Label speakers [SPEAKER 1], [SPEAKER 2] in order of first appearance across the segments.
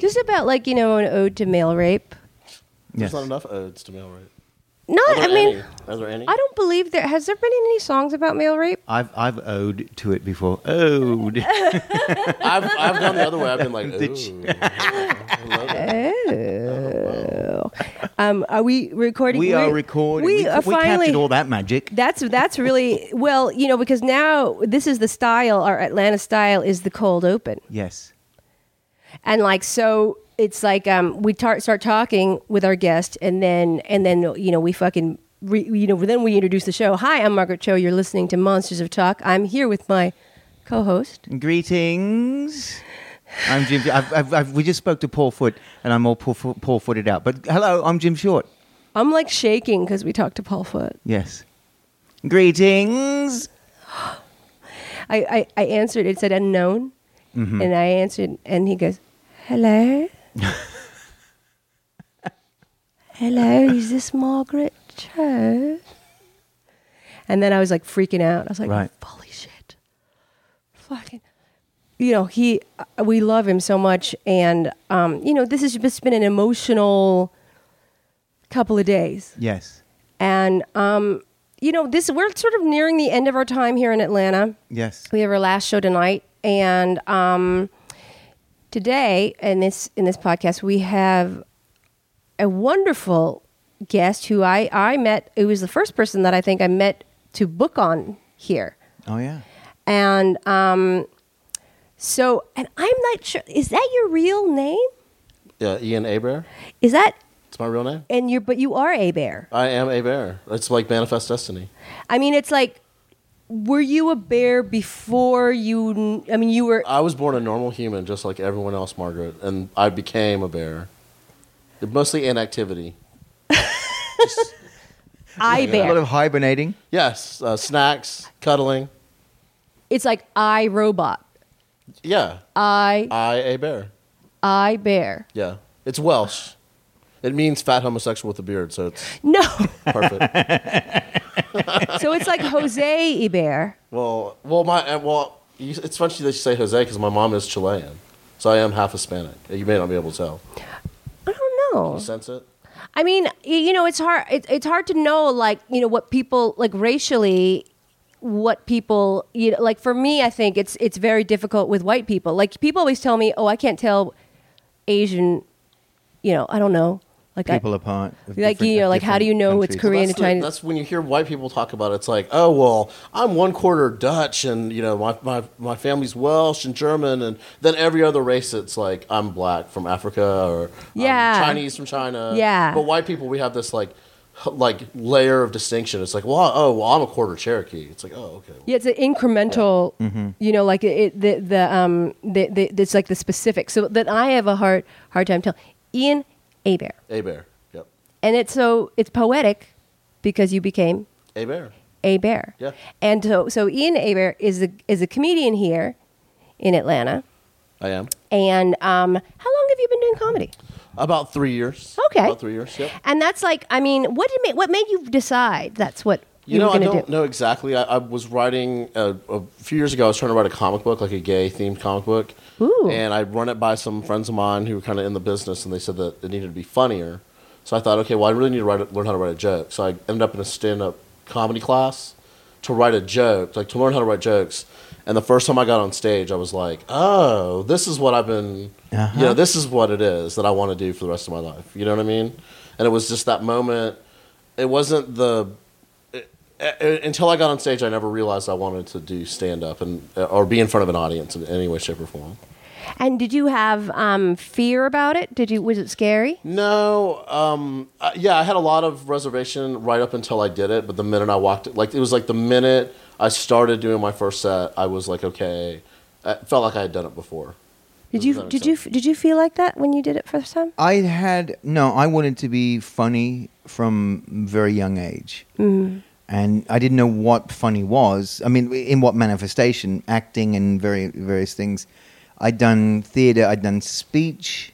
[SPEAKER 1] Just about like you know an ode to male rape.
[SPEAKER 2] Yes.
[SPEAKER 3] There's not enough odes to mail rape. Are
[SPEAKER 1] Not,
[SPEAKER 3] there
[SPEAKER 1] I mean,
[SPEAKER 3] any? Are there any?
[SPEAKER 1] I don't believe there has there been any songs about male rape.
[SPEAKER 2] I've I've owed to it before. Owed.
[SPEAKER 3] I've, I've gone the other way. I've been like,
[SPEAKER 2] Did she-
[SPEAKER 3] ooh. I love it.
[SPEAKER 1] Oh, um, are we recording?
[SPEAKER 2] we
[SPEAKER 1] We're-
[SPEAKER 2] are recording.
[SPEAKER 1] We,
[SPEAKER 2] We,
[SPEAKER 1] are
[SPEAKER 2] we
[SPEAKER 1] finally.
[SPEAKER 2] captured all that magic.
[SPEAKER 1] that's that's really well, you know, because now this is the style. Our Atlanta style is the cold open.
[SPEAKER 2] yes.
[SPEAKER 1] and like so it's like um, we tar- start talking with our guest and then and then you know we fucking re- you know then we introduce the show hi i'm margaret cho you're listening to monsters of talk i'm here with my co-host
[SPEAKER 2] Greetings. I'm Jim. I've, I've, I've, we just spoke to Paul Foot, and I'm all Paul, Foot- Paul Footed out. But hello, I'm Jim Short.
[SPEAKER 1] i'm like shaking because we talked to paul foot
[SPEAKER 2] Yes. Greetings.
[SPEAKER 1] i i, I answered it said unknown and i answered and he goes hello hello is this margaret cho and then i was like freaking out i was like
[SPEAKER 2] Right.
[SPEAKER 1] holy shit fucking you know he uh, we love him so much and um, you know this has just been an emotional couple of days
[SPEAKER 2] Yes.
[SPEAKER 1] and um, you know this we're sort of nearing the end of our time here in atlanta
[SPEAKER 2] Yes.
[SPEAKER 1] we have our last show tonight and um, today in this in this podcast we have a wonderful guest who i i met who was the first person that i think i met to book on here
[SPEAKER 2] Oh yeah.
[SPEAKER 1] and um, so and i'm not sure is that your real name
[SPEAKER 3] Yeah, Ian Abear.
[SPEAKER 1] is that
[SPEAKER 3] It's my real name.
[SPEAKER 1] and you're but you are a bear
[SPEAKER 3] I am a bear. It's like Manifest Destiny.
[SPEAKER 1] i mean it's like were you a bear before you kn- i mean you were
[SPEAKER 3] I was born a normal human, just like everyone else, Margaret, and I became a bear. Mostly inactivity.
[SPEAKER 1] i
[SPEAKER 2] A lot
[SPEAKER 1] bear
[SPEAKER 2] of hibernating.
[SPEAKER 3] Yes, uh, snacks, cuddling.
[SPEAKER 1] it's like i robot
[SPEAKER 3] Yeah,
[SPEAKER 1] I
[SPEAKER 3] I a bear.
[SPEAKER 1] I bear.
[SPEAKER 3] Yeah, it's Welsh. It means fat homosexual with a beard, so it's
[SPEAKER 1] No.
[SPEAKER 3] perfect.
[SPEAKER 1] so it's like Jose E Bear.
[SPEAKER 3] well, well, my uh, well, you, it's funny that you say Jose because my mom is Chilean, so I am half Hispanic. You may not be able to tell.
[SPEAKER 1] I don't know.
[SPEAKER 3] You sense it?
[SPEAKER 1] I mean, y- you know, it's hard. It, it's hard to know, like you know, what people like racially, what people you know, like. For me, I think it's it's very difficult with white people. Like people always tell me, oh, I can't tell Asian. You know, I don't know. Like I-
[SPEAKER 2] People apart. of
[SPEAKER 1] Like,
[SPEAKER 2] different-
[SPEAKER 1] you know,
[SPEAKER 2] of
[SPEAKER 1] like, how do you
[SPEAKER 2] different
[SPEAKER 1] know it's
[SPEAKER 2] countries.
[SPEAKER 1] Korean
[SPEAKER 3] that's
[SPEAKER 1] and Chinese-
[SPEAKER 3] The, that's when you hear white people talk about it, it's like, oh well, I'm one quarter Dutch, and you know my, my my family's Welsh and German, and then every other race, it's like I'm black from Africa or I'm
[SPEAKER 1] Yeah.
[SPEAKER 3] Chinese from China.
[SPEAKER 1] Yeah.
[SPEAKER 3] but white people, we have this like h- like layer of distinction. It's like, well, oh, well, I'm a quarter Cherokee. It's like, oh, okay.
[SPEAKER 1] Yeah, it's an incremental.
[SPEAKER 2] Mm-hmm.
[SPEAKER 1] You know, like it, the the um the, the it's like the specific. So that I have a hard hard time telling. Ian A Bear.
[SPEAKER 3] A bear. Yep.
[SPEAKER 1] and it's so it's poetic because you became
[SPEAKER 3] A bear.
[SPEAKER 1] a bear.
[SPEAKER 3] Yeah.
[SPEAKER 1] And so, so Ian Abear is a is a comedian here in Atlanta.
[SPEAKER 3] I am.
[SPEAKER 1] And um, how long have you been doing comedy?
[SPEAKER 3] About three years.
[SPEAKER 1] Okay.
[SPEAKER 3] About three years. Yep.
[SPEAKER 1] And that's like, I mean, what did ma- what made you decide that's what you,
[SPEAKER 3] You know,
[SPEAKER 1] were
[SPEAKER 3] I
[SPEAKER 1] going to
[SPEAKER 3] don't
[SPEAKER 1] do?
[SPEAKER 3] know exactly. I, I was writing uh, a few years ago. I was trying to write a comic book, like a gay themed comic book,
[SPEAKER 1] Ooh.
[SPEAKER 3] and I run it by some friends of mine who were kind of in the business, and they said that it needed to be funnier. So I thought, okay, well, I really need to write a, learn how to write a joke. So I ended up in a stand up comedy class to write a joke, like to learn how to write jokes. And the first time I got on stage, I was like, oh, this is what I've been, you know, this is what it is that I want to do for the rest of my life. You know what I mean? And it was just that moment. It wasn't the uh, until I got on stage, I never realized I wanted to do stand up and uh, or be in front of an audience in any way, shape, or form.
[SPEAKER 1] And did you have um, fear about it? Did you was it scary?
[SPEAKER 3] No, um, uh, yeah, I had a lot of reservation right up until I did it, but the minute I walked, like it was like the minute I started doing my first set, I was like, okay, I felt like I had done it before.
[SPEAKER 1] Did
[SPEAKER 3] Does that
[SPEAKER 1] you
[SPEAKER 3] make
[SPEAKER 1] did you did you feel like that when you did it first time?
[SPEAKER 2] I had no. I wanted to be funny from very young age, and I didn't know what funny was. I mean, in what manifestation? Acting and very various things. I'd done theater. I'd done speech,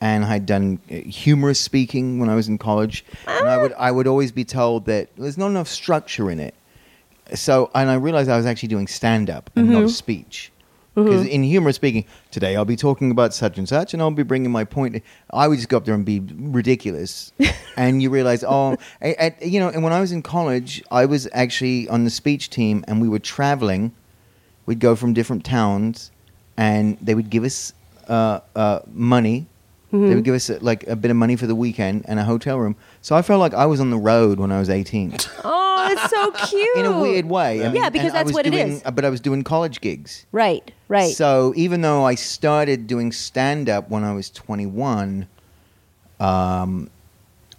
[SPEAKER 2] and I'd done uh, humorous speaking when I was in college. And I would I would always be told that there's not enough structure in it. So, and I realized I was actually doing stand up and not a speech.
[SPEAKER 1] Mm-hmm.
[SPEAKER 2] Because in humor speaking, today I'll be talking about such and such, and I'll be bringing my point. I would just go up there and be ridiculous, and you realize, oh, I, I- you know. And when I was in college, I was actually on the speech team, and we were traveling. We'd go from different towns, and they would give us uh, uh, money.
[SPEAKER 1] Mm-hmm.
[SPEAKER 2] They would give us uh, like a bit of money for the weekend and a hotel room. So I felt like I was on the road when I was eighteen
[SPEAKER 1] Oh, it's so cute.
[SPEAKER 2] in a weird way. I mean,
[SPEAKER 1] Yeah, because
[SPEAKER 2] and I
[SPEAKER 1] that's
[SPEAKER 2] was
[SPEAKER 1] what it
[SPEAKER 2] doing-
[SPEAKER 1] is.
[SPEAKER 2] uh, But I was doing college gigs.
[SPEAKER 1] Right, right.
[SPEAKER 2] So even though I started doing stand up when I was 21, um,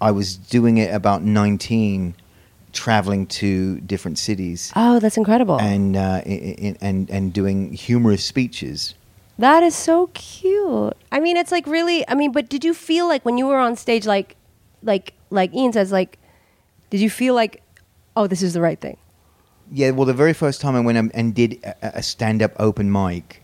[SPEAKER 2] I was doing it about 19, traveling to different cities
[SPEAKER 1] oh, that's incredible.
[SPEAKER 2] and, uh, i i and, and doing humorous speeches.
[SPEAKER 1] That is so cute. I mean, it's like really. I mean, but did you feel like when you were on stage, like, like, like Ian says, like, did you feel like, oh, this is the right thing?
[SPEAKER 2] Yeah, well, the very first time I went and- and did a, a stand up open mic,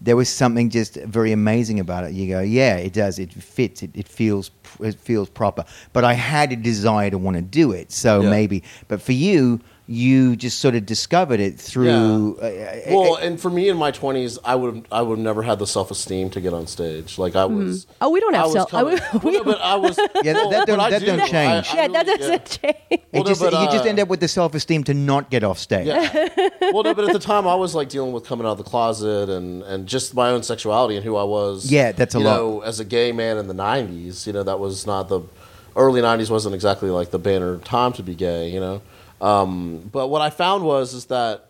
[SPEAKER 2] there was something just very amazing about it. You go, yeah, it does. It fits. It, it feels it feels proper. But I had a desire to want to do it, so
[SPEAKER 3] Yeah.
[SPEAKER 2] maybe. But for you, you just sort of discovered it through. uh, uh,
[SPEAKER 3] Well, and for me in my twenties, I would I would never had the self esteem to get on stage. Like I was.
[SPEAKER 1] Oh, we don't have
[SPEAKER 3] I was
[SPEAKER 1] self-
[SPEAKER 3] coming-
[SPEAKER 1] we-
[SPEAKER 3] Well, no, but I was.
[SPEAKER 2] Yeah,
[SPEAKER 3] well,
[SPEAKER 2] that don't-
[SPEAKER 3] but I
[SPEAKER 2] that
[SPEAKER 3] do.
[SPEAKER 2] don't
[SPEAKER 3] I-
[SPEAKER 2] change.
[SPEAKER 3] I
[SPEAKER 1] yeah, that
[SPEAKER 3] really-
[SPEAKER 1] doesn't change.
[SPEAKER 2] it
[SPEAKER 3] Well, no,
[SPEAKER 2] just,
[SPEAKER 3] but,
[SPEAKER 2] you just
[SPEAKER 3] uh,
[SPEAKER 2] end up with the self esteem to not get off stage.
[SPEAKER 3] Yeah. well, no, but at the time I was like dealing with coming out of the closet and and just my own sexuality and who I was.
[SPEAKER 2] Yeah, that's a
[SPEAKER 3] you
[SPEAKER 2] lot.
[SPEAKER 3] Know, as a gay man in the '90s, you know that was not the early '90s wasn't exactly like the banner time to be gay. You know, um, but what I found was is that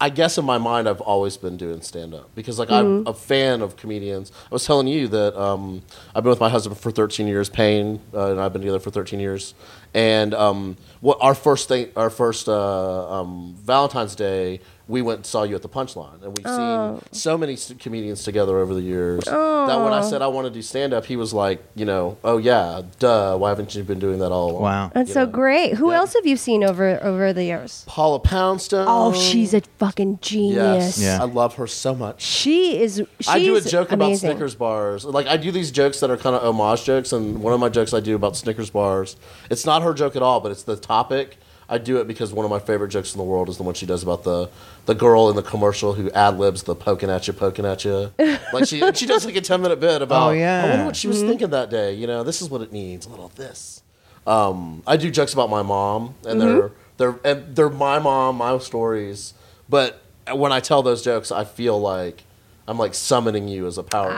[SPEAKER 3] I guess in my mind I've always been doing stand up because like
[SPEAKER 1] Mm-hmm.
[SPEAKER 3] I'm a fan of comedians. I was telling you that um, I've been with my husband for 13 years, Payne, uh, and I've been together for 13 years. And um, what our first thing, our first uh, um, Valentine's Day, we went and saw you at the Punchline, and we've
[SPEAKER 1] Oh.
[SPEAKER 3] seen so many s- comedians together over the years that when I said I want to do stand up, he was like, you know, oh yeah, duh, why haven't you been doing that all along?
[SPEAKER 2] Wow.
[SPEAKER 1] That's
[SPEAKER 3] You
[SPEAKER 1] so
[SPEAKER 3] know?
[SPEAKER 1] great. Who
[SPEAKER 3] Yeah.
[SPEAKER 1] else have you seen over over the years?
[SPEAKER 3] Paula Poundstone.
[SPEAKER 1] Oh, she's a fucking genius.
[SPEAKER 3] Um, yes,
[SPEAKER 2] Yeah.
[SPEAKER 3] I love her so much.
[SPEAKER 1] She is. She's
[SPEAKER 3] I do a joke about
[SPEAKER 1] amazing.
[SPEAKER 3] Snickers bars. Like I do these jokes that are kind of homage jokes, and one of my jokes I do about Snickers bars. It's not her joke at all, but it's the topic. I do it because one of my favorite jokes in the world is the one she does about the the girl in the commercial who ad libs the poking at you, poking at you. Like she she does like a ten minute bit about.
[SPEAKER 2] Oh, yeah.
[SPEAKER 3] I wonder what she was thinking that day. You know, this is what it needs. A little of this. Um, I do jokes about my mom, and
[SPEAKER 1] Mm-hmm.
[SPEAKER 3] they're they're and they're my mom, my stories. But when I tell those jokes, I feel like I'm like summoning you as a power.
[SPEAKER 1] Oh,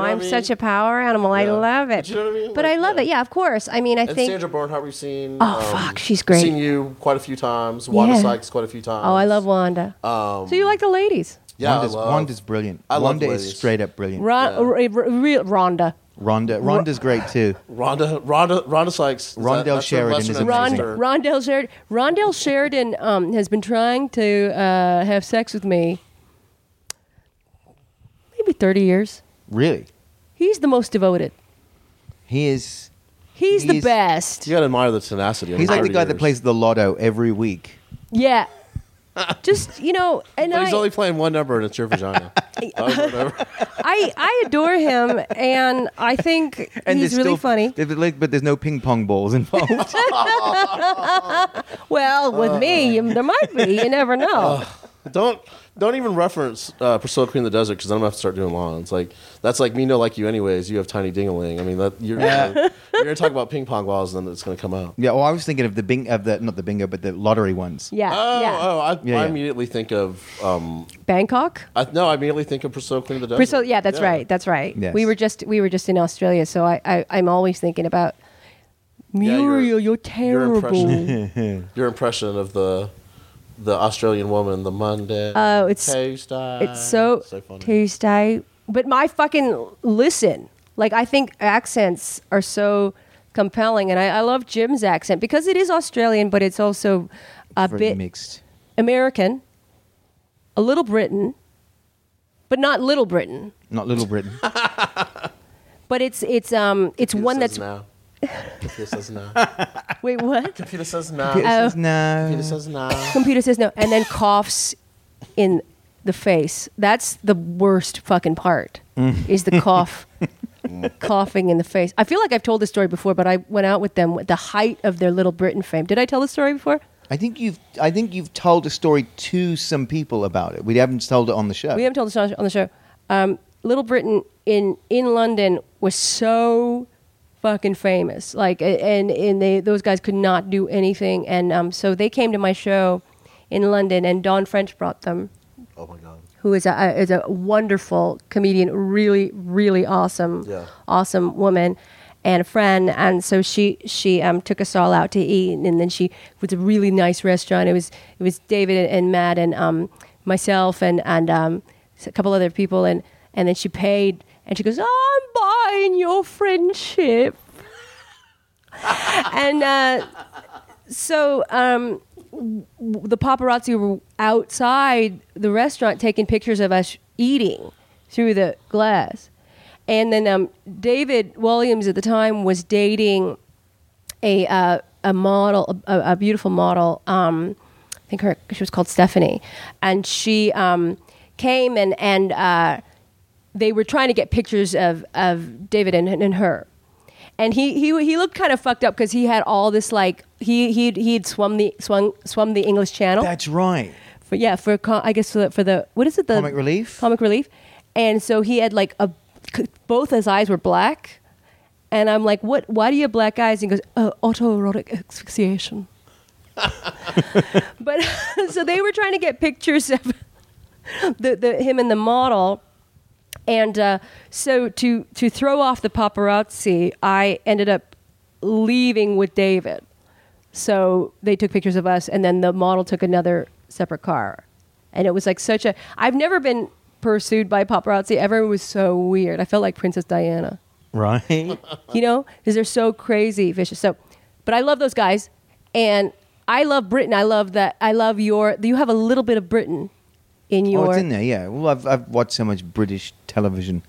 [SPEAKER 1] I'm such a power animal. I
[SPEAKER 3] Yeah.
[SPEAKER 1] love it.
[SPEAKER 3] But you know what I mean?
[SPEAKER 1] But
[SPEAKER 3] Like,
[SPEAKER 1] I love
[SPEAKER 3] yeah.
[SPEAKER 1] it. Yeah, of course. I mean, I
[SPEAKER 3] And
[SPEAKER 1] think.
[SPEAKER 3] Sandra Bernhardt, we've seen. um,
[SPEAKER 1] Oh, fuck, she's great.
[SPEAKER 3] Seen you quite a few times. Wanda
[SPEAKER 1] Yeah.
[SPEAKER 3] Sykes, quite a few times.
[SPEAKER 1] oh, I love Wanda.
[SPEAKER 3] Um,
[SPEAKER 1] so you like the ladies?
[SPEAKER 3] Yeah,
[SPEAKER 2] Wanda's,
[SPEAKER 3] I love.
[SPEAKER 2] Wanda's brilliant.
[SPEAKER 3] I love
[SPEAKER 2] Wanda
[SPEAKER 3] ladies.
[SPEAKER 2] is straight up brilliant.
[SPEAKER 1] Ron,
[SPEAKER 3] Yeah.
[SPEAKER 1] r- r- real Rhonda.
[SPEAKER 2] Rhonda, Rhonda's great too.
[SPEAKER 3] Rhonda, Rhonda, Rhonda Sykes. Is
[SPEAKER 2] Rondell
[SPEAKER 3] that's her
[SPEAKER 2] Sheridan
[SPEAKER 3] Western
[SPEAKER 2] is
[SPEAKER 3] and
[SPEAKER 1] Ron,
[SPEAKER 2] amazing.
[SPEAKER 3] Eastern.
[SPEAKER 1] Rondell Sheridan. Rondell Sheridan um, has been trying to uh, have sex with me maybe 30 years.
[SPEAKER 2] Really,
[SPEAKER 1] He's the most devoted.
[SPEAKER 2] he is.
[SPEAKER 1] He's, the
[SPEAKER 2] He's-
[SPEAKER 1] best.
[SPEAKER 3] You gotta admire the tenacity. of
[SPEAKER 2] He's like the
[SPEAKER 3] 30
[SPEAKER 2] guy that
[SPEAKER 3] years.
[SPEAKER 2] plays the lotto every week.
[SPEAKER 1] Yeah. Just, you know, and
[SPEAKER 3] But
[SPEAKER 1] I,
[SPEAKER 3] Oh, he's only playing one number, and it's your vagina. Oh, Over and over.
[SPEAKER 1] I, I adore him, and I think he's
[SPEAKER 2] there's
[SPEAKER 1] really
[SPEAKER 2] still-
[SPEAKER 1] funny.
[SPEAKER 2] But like- but there's no ping pong balls involved.
[SPEAKER 1] Well, with me,
[SPEAKER 3] Oh.
[SPEAKER 1] you- there might be. You never know.
[SPEAKER 3] Don't don't even reference uh, Priscilla Queen of the Desert because I'm gonna have to start doing lawns. Like that's like me no like you anyways. You have tiny dingaling. I mean that you're gonna, you're gonna talk about ping pong balls and then it's gonna come out.
[SPEAKER 2] yeah, well, I was thinking of the bing of the not the bingo, but the lottery ones.
[SPEAKER 1] Yeah.
[SPEAKER 3] Oh
[SPEAKER 1] yeah.
[SPEAKER 3] oh I,
[SPEAKER 2] Yeah,
[SPEAKER 3] I
[SPEAKER 2] yeah.
[SPEAKER 3] immediately think of um
[SPEAKER 1] Bangkok.
[SPEAKER 3] I, no I immediately think of Priscilla Queen of the Desert.
[SPEAKER 1] Bristol, yeah, that's right. That's right.
[SPEAKER 2] Yes.
[SPEAKER 1] We were just we were just in Australia, so I, I I'm always thinking about
[SPEAKER 3] Yeah, your-
[SPEAKER 1] Muriel. you're,
[SPEAKER 3] your impression.
[SPEAKER 1] terrible.
[SPEAKER 3] Your impression of the the Australian woman the Monday.
[SPEAKER 1] Oh, it's-
[SPEAKER 3] Tuesday.
[SPEAKER 1] it's so,
[SPEAKER 3] Uh, funny.
[SPEAKER 1] Tuesday, but my fucking listen. Like I think accents are so compelling, and I, I love Jim's accent because it is Australian, but it's also a
[SPEAKER 2] Very
[SPEAKER 1] bit
[SPEAKER 2] mixed.
[SPEAKER 1] American, a little Britain, but not Little Britain.
[SPEAKER 2] Not Little Britain.
[SPEAKER 1] But it's it's um it's
[SPEAKER 3] Computer
[SPEAKER 1] one
[SPEAKER 3] says
[SPEAKER 1] that's
[SPEAKER 3] now. Computer says now.
[SPEAKER 1] wait what
[SPEAKER 3] Computer says now.
[SPEAKER 2] It says no.
[SPEAKER 3] Computer says now.
[SPEAKER 1] computer says no and then coughs in the face that's the worst fucking part is the cough coughing in the face i feel like i've told this story before but i went out with them at the height of their little britain fame did i tell the story before
[SPEAKER 2] I think you've I think you've told a story to some people about it. We haven't told it on the show.
[SPEAKER 1] We haven't told this on on the show. Um, Little Britain in in London was so fucking famous. Like, a- and and they those guys could not do anything, and um, so they came to my show in London, and Don French brought them
[SPEAKER 3] Oh my god.
[SPEAKER 1] who is a is a wonderful comedian, really really awesome,
[SPEAKER 3] Yeah.
[SPEAKER 1] awesome woman and a friend. And so she she um, took us all out to eat, and then she it was a really nice restaurant. It was it was David and Matt and um, myself and and um, a couple other people, and and then she paid, and she goes, "I'm buying your friendship," and. Uh, so um, w- the paparazzi were outside the restaurant taking pictures of us eating through the glass. And then um, David Williams at the time was dating a uh, a model, a, a beautiful model. Um, I think her she was called Stephanie, and she um, came and and uh, they were trying to get pictures of of David and, and her. And he, he he looked kind of fucked up because he had all this like he he he'd swum the swung swum the English Channel
[SPEAKER 2] That's right.
[SPEAKER 1] for yeah for co- I guess for the, for the what is it the
[SPEAKER 2] Comic relief?
[SPEAKER 1] comic relief, and so he had like a c- both his eyes were black, and I'm like what why do you have black eyes? And he goes oh, autoerotic asphyxiation, but so they were trying to get pictures of the, the him and the model. And uh, so to to throw off the paparazzi, I ended up leaving with David. So they took pictures of us, and then the model took another separate car, and it was like such a. I've never been pursued by paparazzi ever. It was so weird. I felt like Princess Diana.
[SPEAKER 2] Right. Oh,
[SPEAKER 1] You know, because they're so crazy vicious. So, but I love those guys, and I love Britain. I love that. I love your. You have a little bit of Britain in your.
[SPEAKER 2] Oh, it's in there, yeah. Well, I've, I've watched so much British television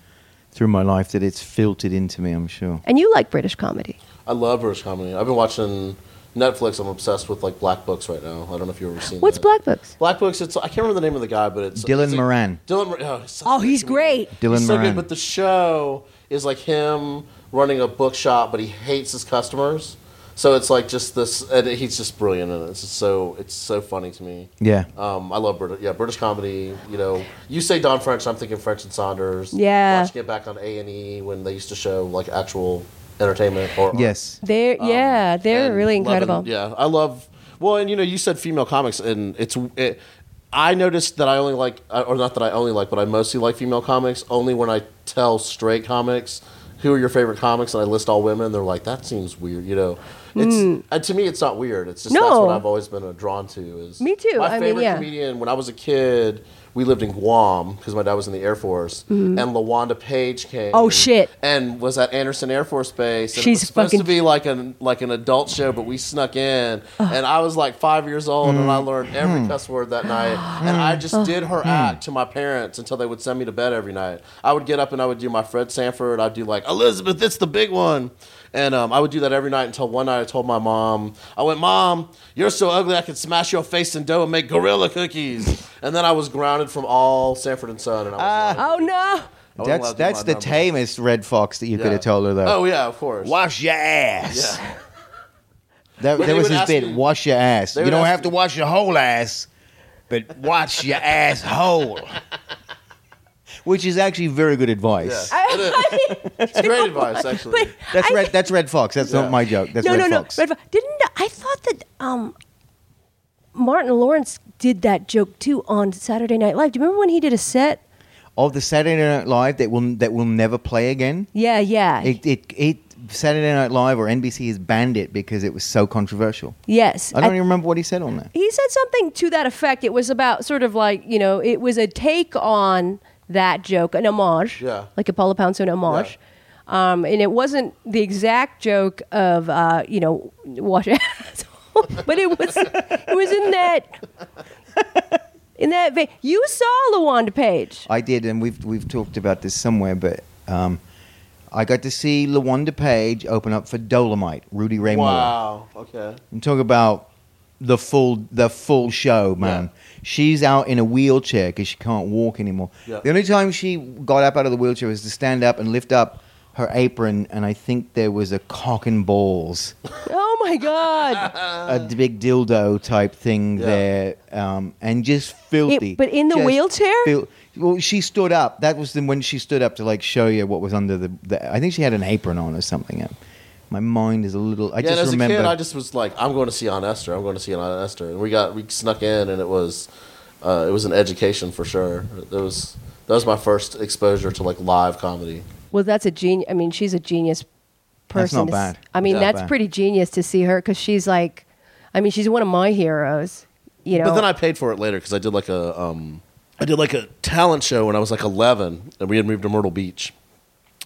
[SPEAKER 2] through my life that it's filtered into me, I'm sure.
[SPEAKER 1] And you like British comedy.
[SPEAKER 3] I love British comedy. I've been watching Netflix. I'm obsessed with like Black Books right now. I don't know if you've ever seen.
[SPEAKER 1] What's
[SPEAKER 3] that.
[SPEAKER 1] Black Books?
[SPEAKER 3] Black Books. It's I can't remember the name of the guy, but it's
[SPEAKER 2] Dylan
[SPEAKER 3] it's a-
[SPEAKER 2] Moran.
[SPEAKER 3] Dylan. Mor- Oh, he's, such
[SPEAKER 1] Oh,
[SPEAKER 3] a great
[SPEAKER 1] he's
[SPEAKER 3] comedian.
[SPEAKER 1] great.
[SPEAKER 2] Dylan
[SPEAKER 3] he's so
[SPEAKER 2] Moran.
[SPEAKER 3] good, but the show is like him running a bookshop, but he hates his customers. So it's like just this, and he's just brilliant in it. It's just so it's so funny to me.
[SPEAKER 2] Yeah.
[SPEAKER 3] Um, I love British, yeah, British comedy. You know, you say Don French, I'm thinking French and Saunders.
[SPEAKER 1] Yeah.
[SPEAKER 3] watching it back on A and E when they used to show like actual entertainment or
[SPEAKER 2] Yes.
[SPEAKER 1] They're yeah, they're
[SPEAKER 3] Um, and
[SPEAKER 1] really
[SPEAKER 3] loving-
[SPEAKER 1] incredible.
[SPEAKER 3] yeah, I love. Well, and you know, you said female comics, and it's. It, I noticed that I only like, uh, or not that I only like, but I mostly like female comics only when I tell straight comics who are your favorite comics, and I list all women. They're like, that seems weird, you know. It's and to me, it's not weird. It's just that's
[SPEAKER 1] Hmm. No.
[SPEAKER 3] what I've always been uh, drawn to. Is
[SPEAKER 1] Me too.
[SPEAKER 3] My
[SPEAKER 1] I mean,
[SPEAKER 3] favorite
[SPEAKER 1] yeah.
[SPEAKER 3] comedian when I was a kid. We lived in Guam because my dad was in the Air Force, and LaWanda Page came.
[SPEAKER 1] Mm-hmm. Oh, shit.
[SPEAKER 3] And was at Anderson Air Force Base. And it
[SPEAKER 1] She's
[SPEAKER 3] was supposed
[SPEAKER 1] fucking
[SPEAKER 3] to be like an like an adult show, but we snuck in, and I was like five years old, and I
[SPEAKER 2] Mm.
[SPEAKER 3] learned every cuss word that night, and I just did her act to my parents until they would send me to bed every night. I would get up and I would do my Fred Sanford. I'd do like Elizabeth, it's the big one, and um, I would do that every night until one night I told my mom, I went, Mom, you're so ugly I could smash your face in dough and make gorilla cookies, and then I was grounded from all Sanford and Son, and I
[SPEAKER 2] Ah.
[SPEAKER 3] was like,
[SPEAKER 1] Oh no.
[SPEAKER 3] I wasn't allowed
[SPEAKER 2] That's
[SPEAKER 3] to do
[SPEAKER 2] that's
[SPEAKER 3] my
[SPEAKER 2] the
[SPEAKER 3] number.
[SPEAKER 2] tamest red fox that you could
[SPEAKER 3] Yeah.
[SPEAKER 2] have told her though.
[SPEAKER 3] Oh yeah, of course.
[SPEAKER 2] Wash your ass.
[SPEAKER 3] Yeah.
[SPEAKER 2] That,
[SPEAKER 3] But
[SPEAKER 2] that
[SPEAKER 3] they
[SPEAKER 2] was
[SPEAKER 3] would
[SPEAKER 2] his
[SPEAKER 3] ask
[SPEAKER 2] bit.
[SPEAKER 3] me-
[SPEAKER 2] wash your ass.
[SPEAKER 3] they
[SPEAKER 2] You
[SPEAKER 3] would
[SPEAKER 2] don't
[SPEAKER 3] ask
[SPEAKER 2] have to
[SPEAKER 3] me-
[SPEAKER 2] wash your whole ass, but wash your asshole. Which is actually very good advice.
[SPEAKER 3] Yeah, it is. it's great advice, actually.
[SPEAKER 1] But
[SPEAKER 2] That's
[SPEAKER 1] I-
[SPEAKER 2] red. That's red fox. That's
[SPEAKER 3] Yeah.
[SPEAKER 2] not my joke. That's
[SPEAKER 1] no,
[SPEAKER 2] red
[SPEAKER 1] no, no.
[SPEAKER 2] fox.
[SPEAKER 1] Red Fox. Didn't I thought that um, Martin Lawrence did that joke too on Saturday Night Live? Do you remember when he did a set?
[SPEAKER 2] Of the Saturday Night Live that will that will never play again.
[SPEAKER 1] Yeah, yeah,
[SPEAKER 2] It, it, it Saturday Night Live or NBC has banned it because it was so controversial.
[SPEAKER 1] yes.
[SPEAKER 2] I don't
[SPEAKER 1] I-
[SPEAKER 2] even remember what he said on that.
[SPEAKER 1] he said something to that effect. It was about sort of like you know, it was a take on that joke, an homage,
[SPEAKER 3] Yeah.
[SPEAKER 1] like a Paula Poundstone homage. Um, and it wasn't the exact joke of uh, you know wash your asshole, but it was it was in that in that vein. You saw Lawanda Page.
[SPEAKER 2] I did, and we've we've talked about this somewhere, but um, I got to see LaWanda Page open up for Dolomite, Rudy Ray Moore.
[SPEAKER 3] Wow. Okay.
[SPEAKER 2] I'm talking about the full the full show, man. She's out in a wheelchair because she can't walk anymore.
[SPEAKER 3] Yeah.
[SPEAKER 2] The only time she got up out of the wheelchair was to stand up and lift up her apron, and I think there was a cock and balls
[SPEAKER 1] Oh my god!
[SPEAKER 2] a big dildo type thing
[SPEAKER 3] Uh. Yeah.
[SPEAKER 2] there, um, and just filthy.
[SPEAKER 1] but in the
[SPEAKER 2] Just
[SPEAKER 1] wheelchair?
[SPEAKER 2] fil- well, she stood up. That was the, when she stood up to like show you what was under the. the I think she had an apron on or something. Uh, My mind is a little.
[SPEAKER 3] yeah,
[SPEAKER 2] I
[SPEAKER 3] and
[SPEAKER 2] just
[SPEAKER 3] as
[SPEAKER 2] remember.
[SPEAKER 3] a kid, I just was like, I'm going to see Aunt Esther. I'm going to see Aunt Esther. And we got we snuck in, and it was uh, it was an education for sure. It was that was my first exposure to like live comedy.
[SPEAKER 1] well, that's a genius. I mean, she's a genius
[SPEAKER 2] That's
[SPEAKER 1] person.
[SPEAKER 2] not
[SPEAKER 1] to s-
[SPEAKER 2] bad.
[SPEAKER 1] I mean,
[SPEAKER 3] Yeah.
[SPEAKER 1] that's
[SPEAKER 2] Bad.
[SPEAKER 1] pretty genius to see her because she's like, I mean, she's one of my heroes. You know.
[SPEAKER 3] But then I uh, paid for it later because I did like a um, I did like a talent show when I was like 11, and we had moved to Myrtle Beach,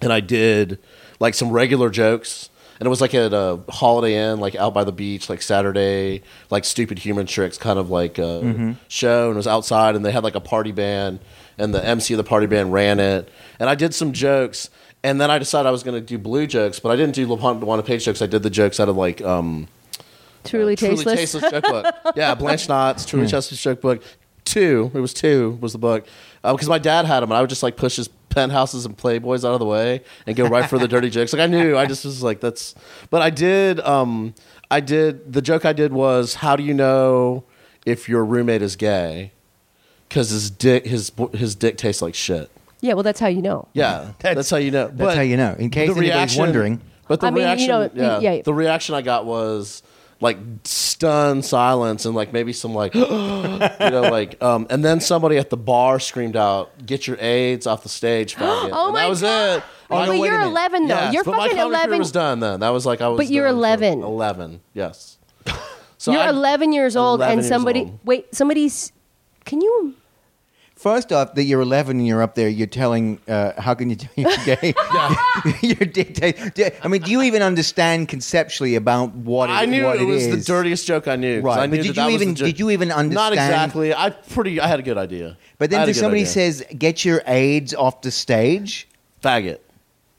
[SPEAKER 3] and I did like some regular jokes, and it was like at a Holiday Inn, like out by the beach, like Saturday, like stupid human tricks kind of like uh show, and it was outside, and they had like a party band, and the MC of the party band ran it, and I did some jokes. And then I decided I was going to do blue jokes, but I didn't do LaPonta Page jokes. I did the jokes out of like um,
[SPEAKER 1] truly,
[SPEAKER 3] Truly
[SPEAKER 1] tasteless.
[SPEAKER 3] Tasteless Joke Book. Yeah, Blanche Knott's Truly Tasteless Joke Book. Two, it was two, was the book. Because my dad had them, and I would just like push his penthouses and playboys out of the way and go right for the dirty jokes. Like I knew, I just was like, that's. But I did, um, I did, the joke I did was, how do you know if your roommate is gay? Because his dick, his, his dick tastes like shit.
[SPEAKER 1] yeah. Well, that's how you know.
[SPEAKER 3] Yeah, that's, how you know.
[SPEAKER 2] that's how you know. In case anybody's wondering.
[SPEAKER 3] But the
[SPEAKER 1] I mean, you
[SPEAKER 3] reaction,
[SPEAKER 1] know,
[SPEAKER 3] yeah,
[SPEAKER 1] yeah.
[SPEAKER 3] the reaction I got was like stunned silence and like maybe some like you know like um and then somebody at the bar screamed out get your aids off the stage faggot."
[SPEAKER 1] Oh
[SPEAKER 3] And
[SPEAKER 1] my
[SPEAKER 3] that was
[SPEAKER 1] God.
[SPEAKER 3] it
[SPEAKER 1] Oh, but
[SPEAKER 3] wait a
[SPEAKER 1] you're
[SPEAKER 3] minute.
[SPEAKER 1] 11 though.
[SPEAKER 3] Yes,
[SPEAKER 1] You're
[SPEAKER 3] but my
[SPEAKER 1] fucking
[SPEAKER 3] comedy career
[SPEAKER 1] 11.
[SPEAKER 3] was done then that was like i was
[SPEAKER 1] But you're
[SPEAKER 3] done for
[SPEAKER 1] 11.
[SPEAKER 3] 11 yes so
[SPEAKER 1] You're
[SPEAKER 3] I-
[SPEAKER 1] 11 years old,
[SPEAKER 3] 11
[SPEAKER 1] and
[SPEAKER 3] years
[SPEAKER 1] somebody
[SPEAKER 3] old.
[SPEAKER 1] wait, somebody's. Can you?
[SPEAKER 2] First off, that you're 11 and you're up there, you're telling, uh, how can you tell you're gay? your dick tastes- di- I mean, do you even understand conceptually about what it,
[SPEAKER 3] I knew
[SPEAKER 2] what
[SPEAKER 3] it was
[SPEAKER 2] is?
[SPEAKER 3] the dirtiest joke I knew. 'cause
[SPEAKER 2] Right,
[SPEAKER 3] I
[SPEAKER 2] but
[SPEAKER 3] knew
[SPEAKER 2] did
[SPEAKER 3] that that
[SPEAKER 2] you
[SPEAKER 3] was
[SPEAKER 2] even-
[SPEAKER 3] the jo-
[SPEAKER 2] did you even
[SPEAKER 3] Not
[SPEAKER 2] understand-
[SPEAKER 3] exactly. I pretty. I had a good idea.
[SPEAKER 2] But
[SPEAKER 3] I
[SPEAKER 2] then
[SPEAKER 3] had a
[SPEAKER 2] if
[SPEAKER 3] good
[SPEAKER 2] somebody
[SPEAKER 3] idea.
[SPEAKER 2] says, get your AIDS off the stage,
[SPEAKER 3] "Faggot."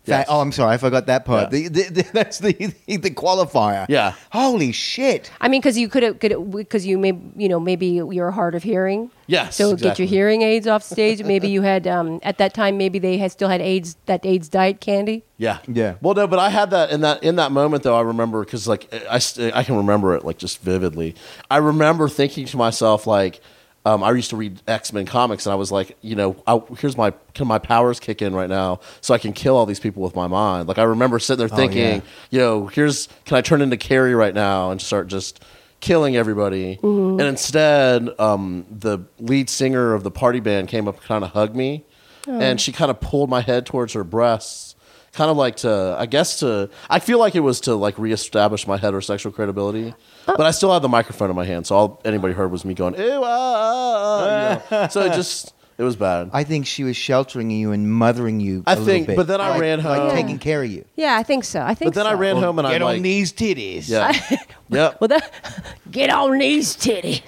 [SPEAKER 2] That,
[SPEAKER 3] Yes.
[SPEAKER 2] oh, I'm sorry, I forgot that part.
[SPEAKER 3] Yeah.
[SPEAKER 2] The, the, the, that's the, the qualifier.
[SPEAKER 3] Yeah.
[SPEAKER 2] Holy shit!
[SPEAKER 1] I mean, because you could have, because you may, you know, maybe you're hard of hearing.
[SPEAKER 3] Yes,
[SPEAKER 1] So get
[SPEAKER 3] exactly.
[SPEAKER 1] your hearing aids off stage. Maybe you had, um, at that time, maybe they had still had AIDS that AIDS diet candy.
[SPEAKER 3] Yeah,
[SPEAKER 2] Yeah.
[SPEAKER 3] Well, no, but I had that in that in that moment though. I remember because like I st- I can remember it like just vividly. I remember thinking to myself like. Um, I used to read X Men comics, and I was like, you know, I, here's my can my powers kick in right now, so I can kill all these people with my mind. Like I remember sitting there
[SPEAKER 2] Oh,
[SPEAKER 3] thinking, yo, here's can I turn into Carrie right now and start just killing everybody? And instead, um, the lead singer of the party band came up and kind of hugged me, and she kind of pulled my head towards her breasts, kind of like to i guess to i feel like it was to like reestablish my heterosexual credibility but i still had the microphone in my hand so all anybody heard was me going ew ah, ah, ah," you know. so it just it was bad
[SPEAKER 2] I think she was sheltering you and mothering you.
[SPEAKER 3] I
[SPEAKER 2] a little
[SPEAKER 3] think-
[SPEAKER 2] bit.
[SPEAKER 3] but then I
[SPEAKER 2] Like-
[SPEAKER 3] ran
[SPEAKER 2] like
[SPEAKER 3] home.
[SPEAKER 2] taking care of you.
[SPEAKER 1] Yeah, I think so. I think.
[SPEAKER 3] but then i
[SPEAKER 1] so.
[SPEAKER 3] ran home and i
[SPEAKER 2] Get
[SPEAKER 3] like
[SPEAKER 2] on these titties.
[SPEAKER 3] yeah yep
[SPEAKER 1] Well, that get on these titties.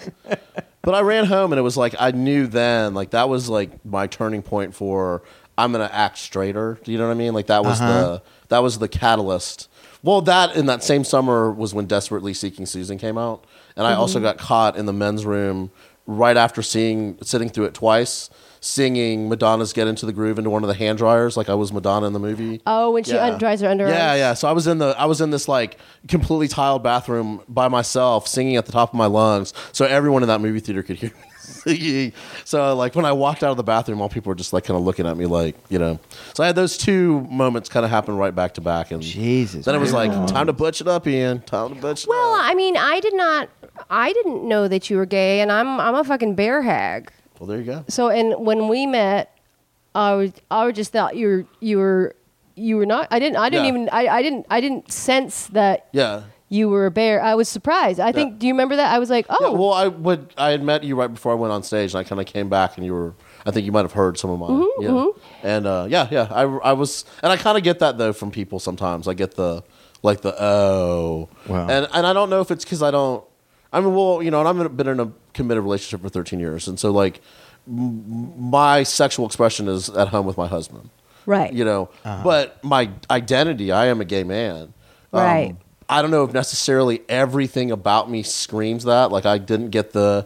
[SPEAKER 3] But I ran home and it was like I knew then, like that was like my turning point for I'm gonna act straighter. Do you know what I mean? Like that was the that was the catalyst. Well, that in that same summer was when Desperately Seeking Susan came out, and I also got caught in the men's room right after seeing sitting through it twice, singing Madonna's "Get Into the Groove" into one of the hand dryers, like I was Madonna in the movie.
[SPEAKER 1] Oh, when she un- dries her underarms.
[SPEAKER 3] Yeah, yeah. So I was in the I was in this like completely tiled bathroom by myself, singing at the top of my lungs, so everyone in that movie theater could hear me singing. So like when I walked out of the bathroom, all people were just like kind of looking at me, like you know. So I had those two moments kind of happen right back to back, and
[SPEAKER 2] Jesus,
[SPEAKER 3] Then it was
[SPEAKER 2] man.
[SPEAKER 3] like time to butch it up, Ian. Time to butch it
[SPEAKER 1] Well,
[SPEAKER 3] up.
[SPEAKER 1] I mean, I did not, I didn't know that you were gay, and I'm, I'm a fucking bear hag.
[SPEAKER 3] Well, there you go.
[SPEAKER 1] So, and when we met, I was, I was just thought you were, you were, you were not. I didn't, I didn't
[SPEAKER 3] Yeah.
[SPEAKER 1] even, I, I didn't, I didn't sense that
[SPEAKER 3] Yeah.
[SPEAKER 1] you were a bear. I was surprised. I think. Do you remember that? I was like,
[SPEAKER 3] Yeah,
[SPEAKER 1] oh,
[SPEAKER 3] well, I would. I had met you right before I went on stage, and I kind of came back, and you were. I think you might have heard some of mine. yeah. And uh, yeah, yeah. I, I was, and I kind of get that though from people sometimes. I get the like the oh,
[SPEAKER 2] Wow.
[SPEAKER 3] and and I don't know if it's because I don't. I mean, well, you know, and I've been in a committed relationship for 13 years, and so like m- my sexual expression is at home with my husband
[SPEAKER 1] right.
[SPEAKER 3] you know
[SPEAKER 2] Uh-huh.
[SPEAKER 3] but my identity i am a gay man Um,
[SPEAKER 1] Right.
[SPEAKER 3] i don't know if necessarily everything about me screams that like i didn't get the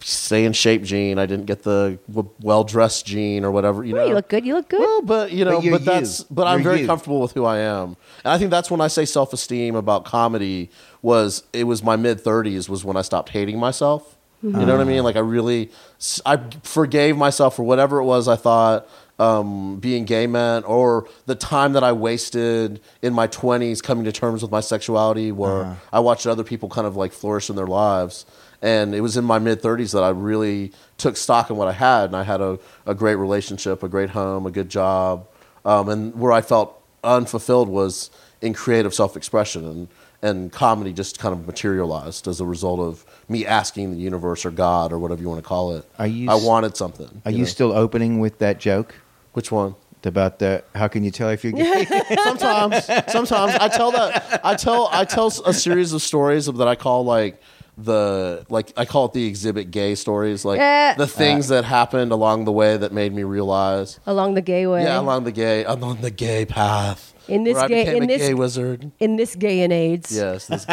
[SPEAKER 3] stay in shape gene. I didn't get the w- well dressed gene or whatever. You
[SPEAKER 1] Oh,
[SPEAKER 3] know,
[SPEAKER 1] you look good. You look good.
[SPEAKER 3] Well, but you know,
[SPEAKER 2] But
[SPEAKER 3] but,
[SPEAKER 2] you're you.
[SPEAKER 3] that's but I'm
[SPEAKER 2] You're
[SPEAKER 3] very
[SPEAKER 2] you.
[SPEAKER 3] comfortable with who I am, and I think that's when I say self esteem about comedy was it was my mid 30s was when I stopped hating myself. You
[SPEAKER 2] Uh-huh.
[SPEAKER 3] know what I mean? Like I really, s- I forgave myself for whatever it was I thought um, being gay meant, or the time that I wasted in my 20s coming to terms with my sexuality, where I watched other people kind of like flourish in their lives. And it was in my mid 30s that I really took stock in what I had. And I had a, a great relationship, a great home, a good job. Um, and where I felt unfulfilled was in creative self expression. And, and comedy just kind of materialized as a result of me asking the universe or God or whatever you want to call it.
[SPEAKER 2] Are you
[SPEAKER 3] I
[SPEAKER 2] s-
[SPEAKER 3] wanted something.
[SPEAKER 2] Are
[SPEAKER 3] know?
[SPEAKER 2] you still opening with that joke
[SPEAKER 3] Which one?
[SPEAKER 2] about the how can you tell if you're gay?
[SPEAKER 3] sometimes sometimes i tell that i tell i tell a series of stories that i call like the like i call it the exhibit gay stories like
[SPEAKER 1] Yeah.
[SPEAKER 3] the things that happened along the way that made me realize
[SPEAKER 1] Along the gay way.
[SPEAKER 3] yeah along the gay along the gay path
[SPEAKER 1] In this
[SPEAKER 3] where I
[SPEAKER 1] gay-
[SPEAKER 3] became
[SPEAKER 1] in
[SPEAKER 3] a
[SPEAKER 1] this-
[SPEAKER 3] gay wizard
[SPEAKER 1] in this gay and AIDS.
[SPEAKER 3] Yes. This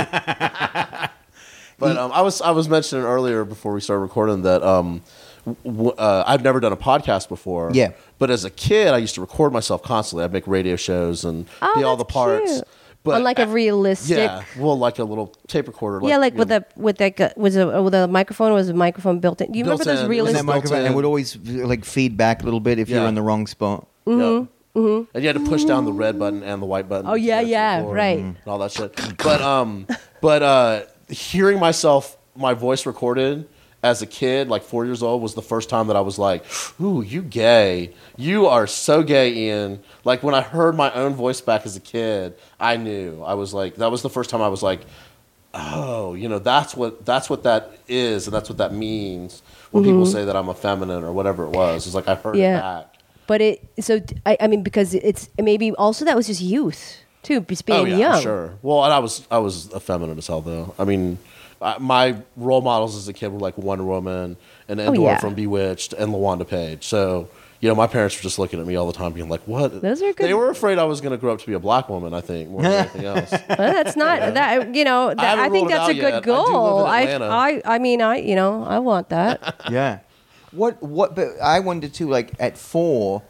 [SPEAKER 3] but um, I was I was mentioning earlier before we started recording that um, w- uh, I've never done a podcast before.
[SPEAKER 2] Yeah.
[SPEAKER 3] But as a kid, I used to record myself constantly. I'd make radio shows and
[SPEAKER 1] Oh,
[SPEAKER 3] be all the
[SPEAKER 1] that's
[SPEAKER 3] parts.
[SPEAKER 1] cute.
[SPEAKER 3] But
[SPEAKER 1] on like a realistic.
[SPEAKER 3] yeah, well, like a little tape recorder. Like,
[SPEAKER 1] yeah, like
[SPEAKER 3] you
[SPEAKER 1] with
[SPEAKER 3] know,
[SPEAKER 1] a with that gu- was a with a microphone was a microphone built in. Do you remember those
[SPEAKER 3] Built in. Isn't
[SPEAKER 2] and
[SPEAKER 1] realistic?
[SPEAKER 2] that microphone and would always like feed back a little bit if
[SPEAKER 3] Yeah.
[SPEAKER 2] you're in the wrong spot.
[SPEAKER 3] Yeah. And you had to push down the red button and the white button.
[SPEAKER 1] Mm-hmm. Oh,
[SPEAKER 3] to
[SPEAKER 1] yeah,
[SPEAKER 3] get to the
[SPEAKER 1] yeah,
[SPEAKER 3] floor
[SPEAKER 1] right.
[SPEAKER 3] And all that shit. But um, but uh, hearing myself, my voice recorded as a kid, like four years old, was the first time that I was like, "Ooh, you gay? You are so gay, Ian." Like when I heard my own voice back as a kid, I knew I was like, that was the first time I was like, oh, you know, that's what that's what that is, and that's what that means when people say that I'm effeminate or whatever it was. It's like I heard
[SPEAKER 1] Mm-hmm. Yeah.
[SPEAKER 3] it back.
[SPEAKER 1] But it so d- I, I mean because it's maybe also that was just youth too, just being
[SPEAKER 3] Oh, yeah,
[SPEAKER 1] young.
[SPEAKER 3] Sure. Well, and I was I was effeminate as hell though. I mean, I, my role models as a kid were like Wonder Woman and Endor
[SPEAKER 1] Oh, yeah.
[SPEAKER 3] from Bewitched and LaWanda Page. So you know, my parents were just looking at me all the time, being like, "What?"
[SPEAKER 1] Those are good-
[SPEAKER 3] They were afraid I was going to grow up to be a black woman. I think more than anything else.
[SPEAKER 1] Well, that's not that you know. That,
[SPEAKER 3] haven't
[SPEAKER 1] I, think
[SPEAKER 3] ruled it
[SPEAKER 1] that's a
[SPEAKER 3] out
[SPEAKER 1] good
[SPEAKER 3] yet. I do live in
[SPEAKER 1] goal.
[SPEAKER 3] Atlanta.
[SPEAKER 1] I I mean I you know I want that.
[SPEAKER 2] yeah. What what but I wonder too, like at four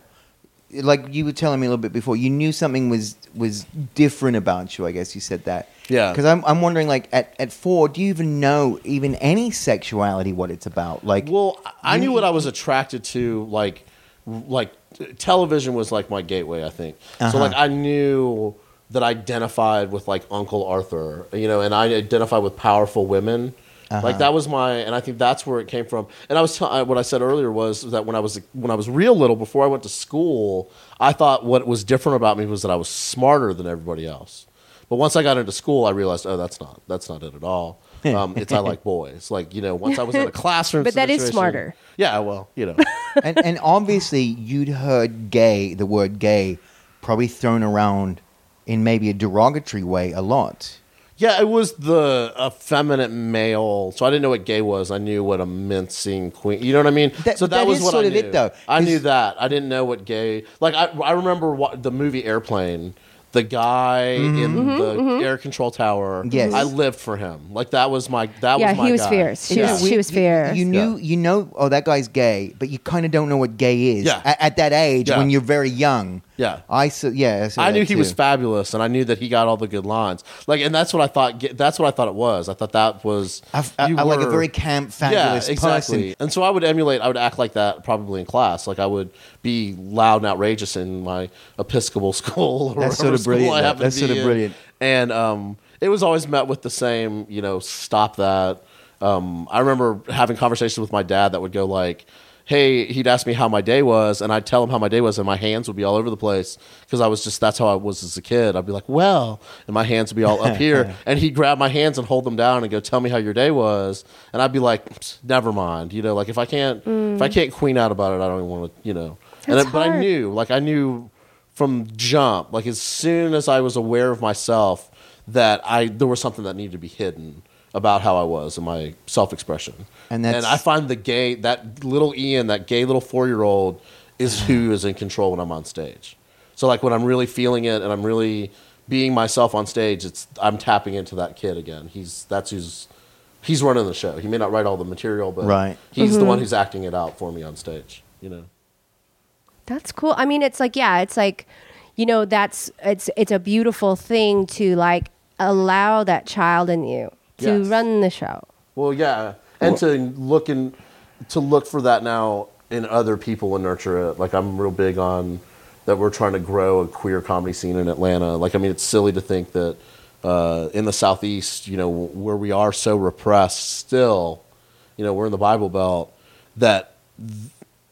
[SPEAKER 2] like you were telling me a little bit before, you knew something was was different about you, I guess you said that.
[SPEAKER 3] Yeah.
[SPEAKER 2] Because I'm I'm wondering like at, at four, do you even know even any sexuality what it's about? Like
[SPEAKER 3] Well, I- I knew what I was attracted to. Like, like t- television was like my gateway. I think so. Like, I knew that I identified with like Uncle Arthur, you know, and I identified with powerful women. Like that was my, and I think that's where it came from. And I was tell- I- what I said earlier was that when I was when I was real little before I went to school, I thought what was different about me was that I was smarter than everybody else. But once I got into school, I realized, oh, that's not that's not it at all. Um, it's I like boys. Like you know, once I was in a classroom,
[SPEAKER 1] But that is
[SPEAKER 3] situation-
[SPEAKER 1] smarter.
[SPEAKER 3] Yeah, well, you know,
[SPEAKER 2] and, and obviously you'd heard gay the word gay probably thrown around in maybe a derogatory way a lot.
[SPEAKER 3] yeah, it was the effeminate male. So I didn't know what gay was. I knew what a mincing queen. You know what I mean?
[SPEAKER 2] That-
[SPEAKER 3] so
[SPEAKER 2] that
[SPEAKER 3] was
[SPEAKER 2] is
[SPEAKER 3] what
[SPEAKER 2] sort
[SPEAKER 3] I
[SPEAKER 2] of it,
[SPEAKER 3] knew.
[SPEAKER 2] though,
[SPEAKER 3] I knew
[SPEAKER 2] 'cause-
[SPEAKER 3] that. I didn't know what gay. Like I, I remember what, the movie Airplane. The guy in the
[SPEAKER 1] Mm-hmm.
[SPEAKER 3] air control tower.
[SPEAKER 2] Mm-hmm. Yes.
[SPEAKER 3] I lived for him. Like that was my that
[SPEAKER 1] yeah,
[SPEAKER 3] was my
[SPEAKER 1] he was
[SPEAKER 3] guy.
[SPEAKER 1] fierce. She
[SPEAKER 3] Yeah.
[SPEAKER 1] was she was fierce.
[SPEAKER 2] You knew,
[SPEAKER 3] Yeah.
[SPEAKER 2] you know, oh, that guy's gay, but you kind of don't know what gay is
[SPEAKER 3] Yeah.
[SPEAKER 2] at, at that age
[SPEAKER 3] Yeah.
[SPEAKER 2] when you're very young.
[SPEAKER 3] Yeah.
[SPEAKER 2] I saw, yeah, I, saw
[SPEAKER 3] I
[SPEAKER 2] that
[SPEAKER 3] knew he
[SPEAKER 2] too.
[SPEAKER 3] was fabulous, and I knew that he got all the good lines. Like, and that's what I thought. ge- That's what I thought it was. I thought that was
[SPEAKER 2] I, I,
[SPEAKER 3] you
[SPEAKER 2] I like a
[SPEAKER 3] were-
[SPEAKER 2] very camp, fabulous person.
[SPEAKER 3] And so I would emulate. I would act like that probably in class. Like I would be loud and outrageous in my Episcopal school. Or whatever
[SPEAKER 2] That's sort of
[SPEAKER 3] school
[SPEAKER 2] brilliant,
[SPEAKER 3] I
[SPEAKER 2] though.
[SPEAKER 3] happened to
[SPEAKER 2] That's
[SPEAKER 3] be
[SPEAKER 2] sort of
[SPEAKER 3] in.
[SPEAKER 2] brilliant.
[SPEAKER 3] And um, it was always met with the same, you know, stop that. Um, I remember having conversations with my dad that would go like. Hey, he'd ask me how my day was, and I'd tell him how my day was, and my hands would be all over the place because I was just that's how I was as a kid. I'd be like, "Well," and my hands would be all up here, and he'd grab my hands and hold them down and go, "Tell me how your day was," and I'd be like, "Psst, "Never mind," you know, like if I can't if I can't queen out about it, I don't even want to, you know. And I,
[SPEAKER 1] That's
[SPEAKER 3] but I
[SPEAKER 1] hard.
[SPEAKER 3] knew, like I knew from jump, like as soon as I was aware of myself, that I there was something that needed to be hidden about how I was and my self expression.
[SPEAKER 2] And that's-
[SPEAKER 3] I find the gay that little Ian, that gay little four year old, is who is in control when I'm on stage. So like when I'm really feeling it and I'm really being myself on stage, it's I'm tapping into that kid again. He's that's who's he's running the show. He may not write all the material, but
[SPEAKER 2] Right.
[SPEAKER 3] he's the one who's acting it out for me on stage. You know,
[SPEAKER 1] That's cool. I mean, it's like yeah, it's like you know, that's it's it's a beautiful thing to like allow that child in you to
[SPEAKER 3] Yes.
[SPEAKER 1] run the show.
[SPEAKER 3] well, yeah, and to look in, to look for that now in other people and nurture it. Like I'm real big on that. We're trying to grow a queer comedy scene in Atlanta. Like I mean, it's silly to think that uh, in the southeast, you know, where we are so repressed still, you know, we're in the Bible Belt that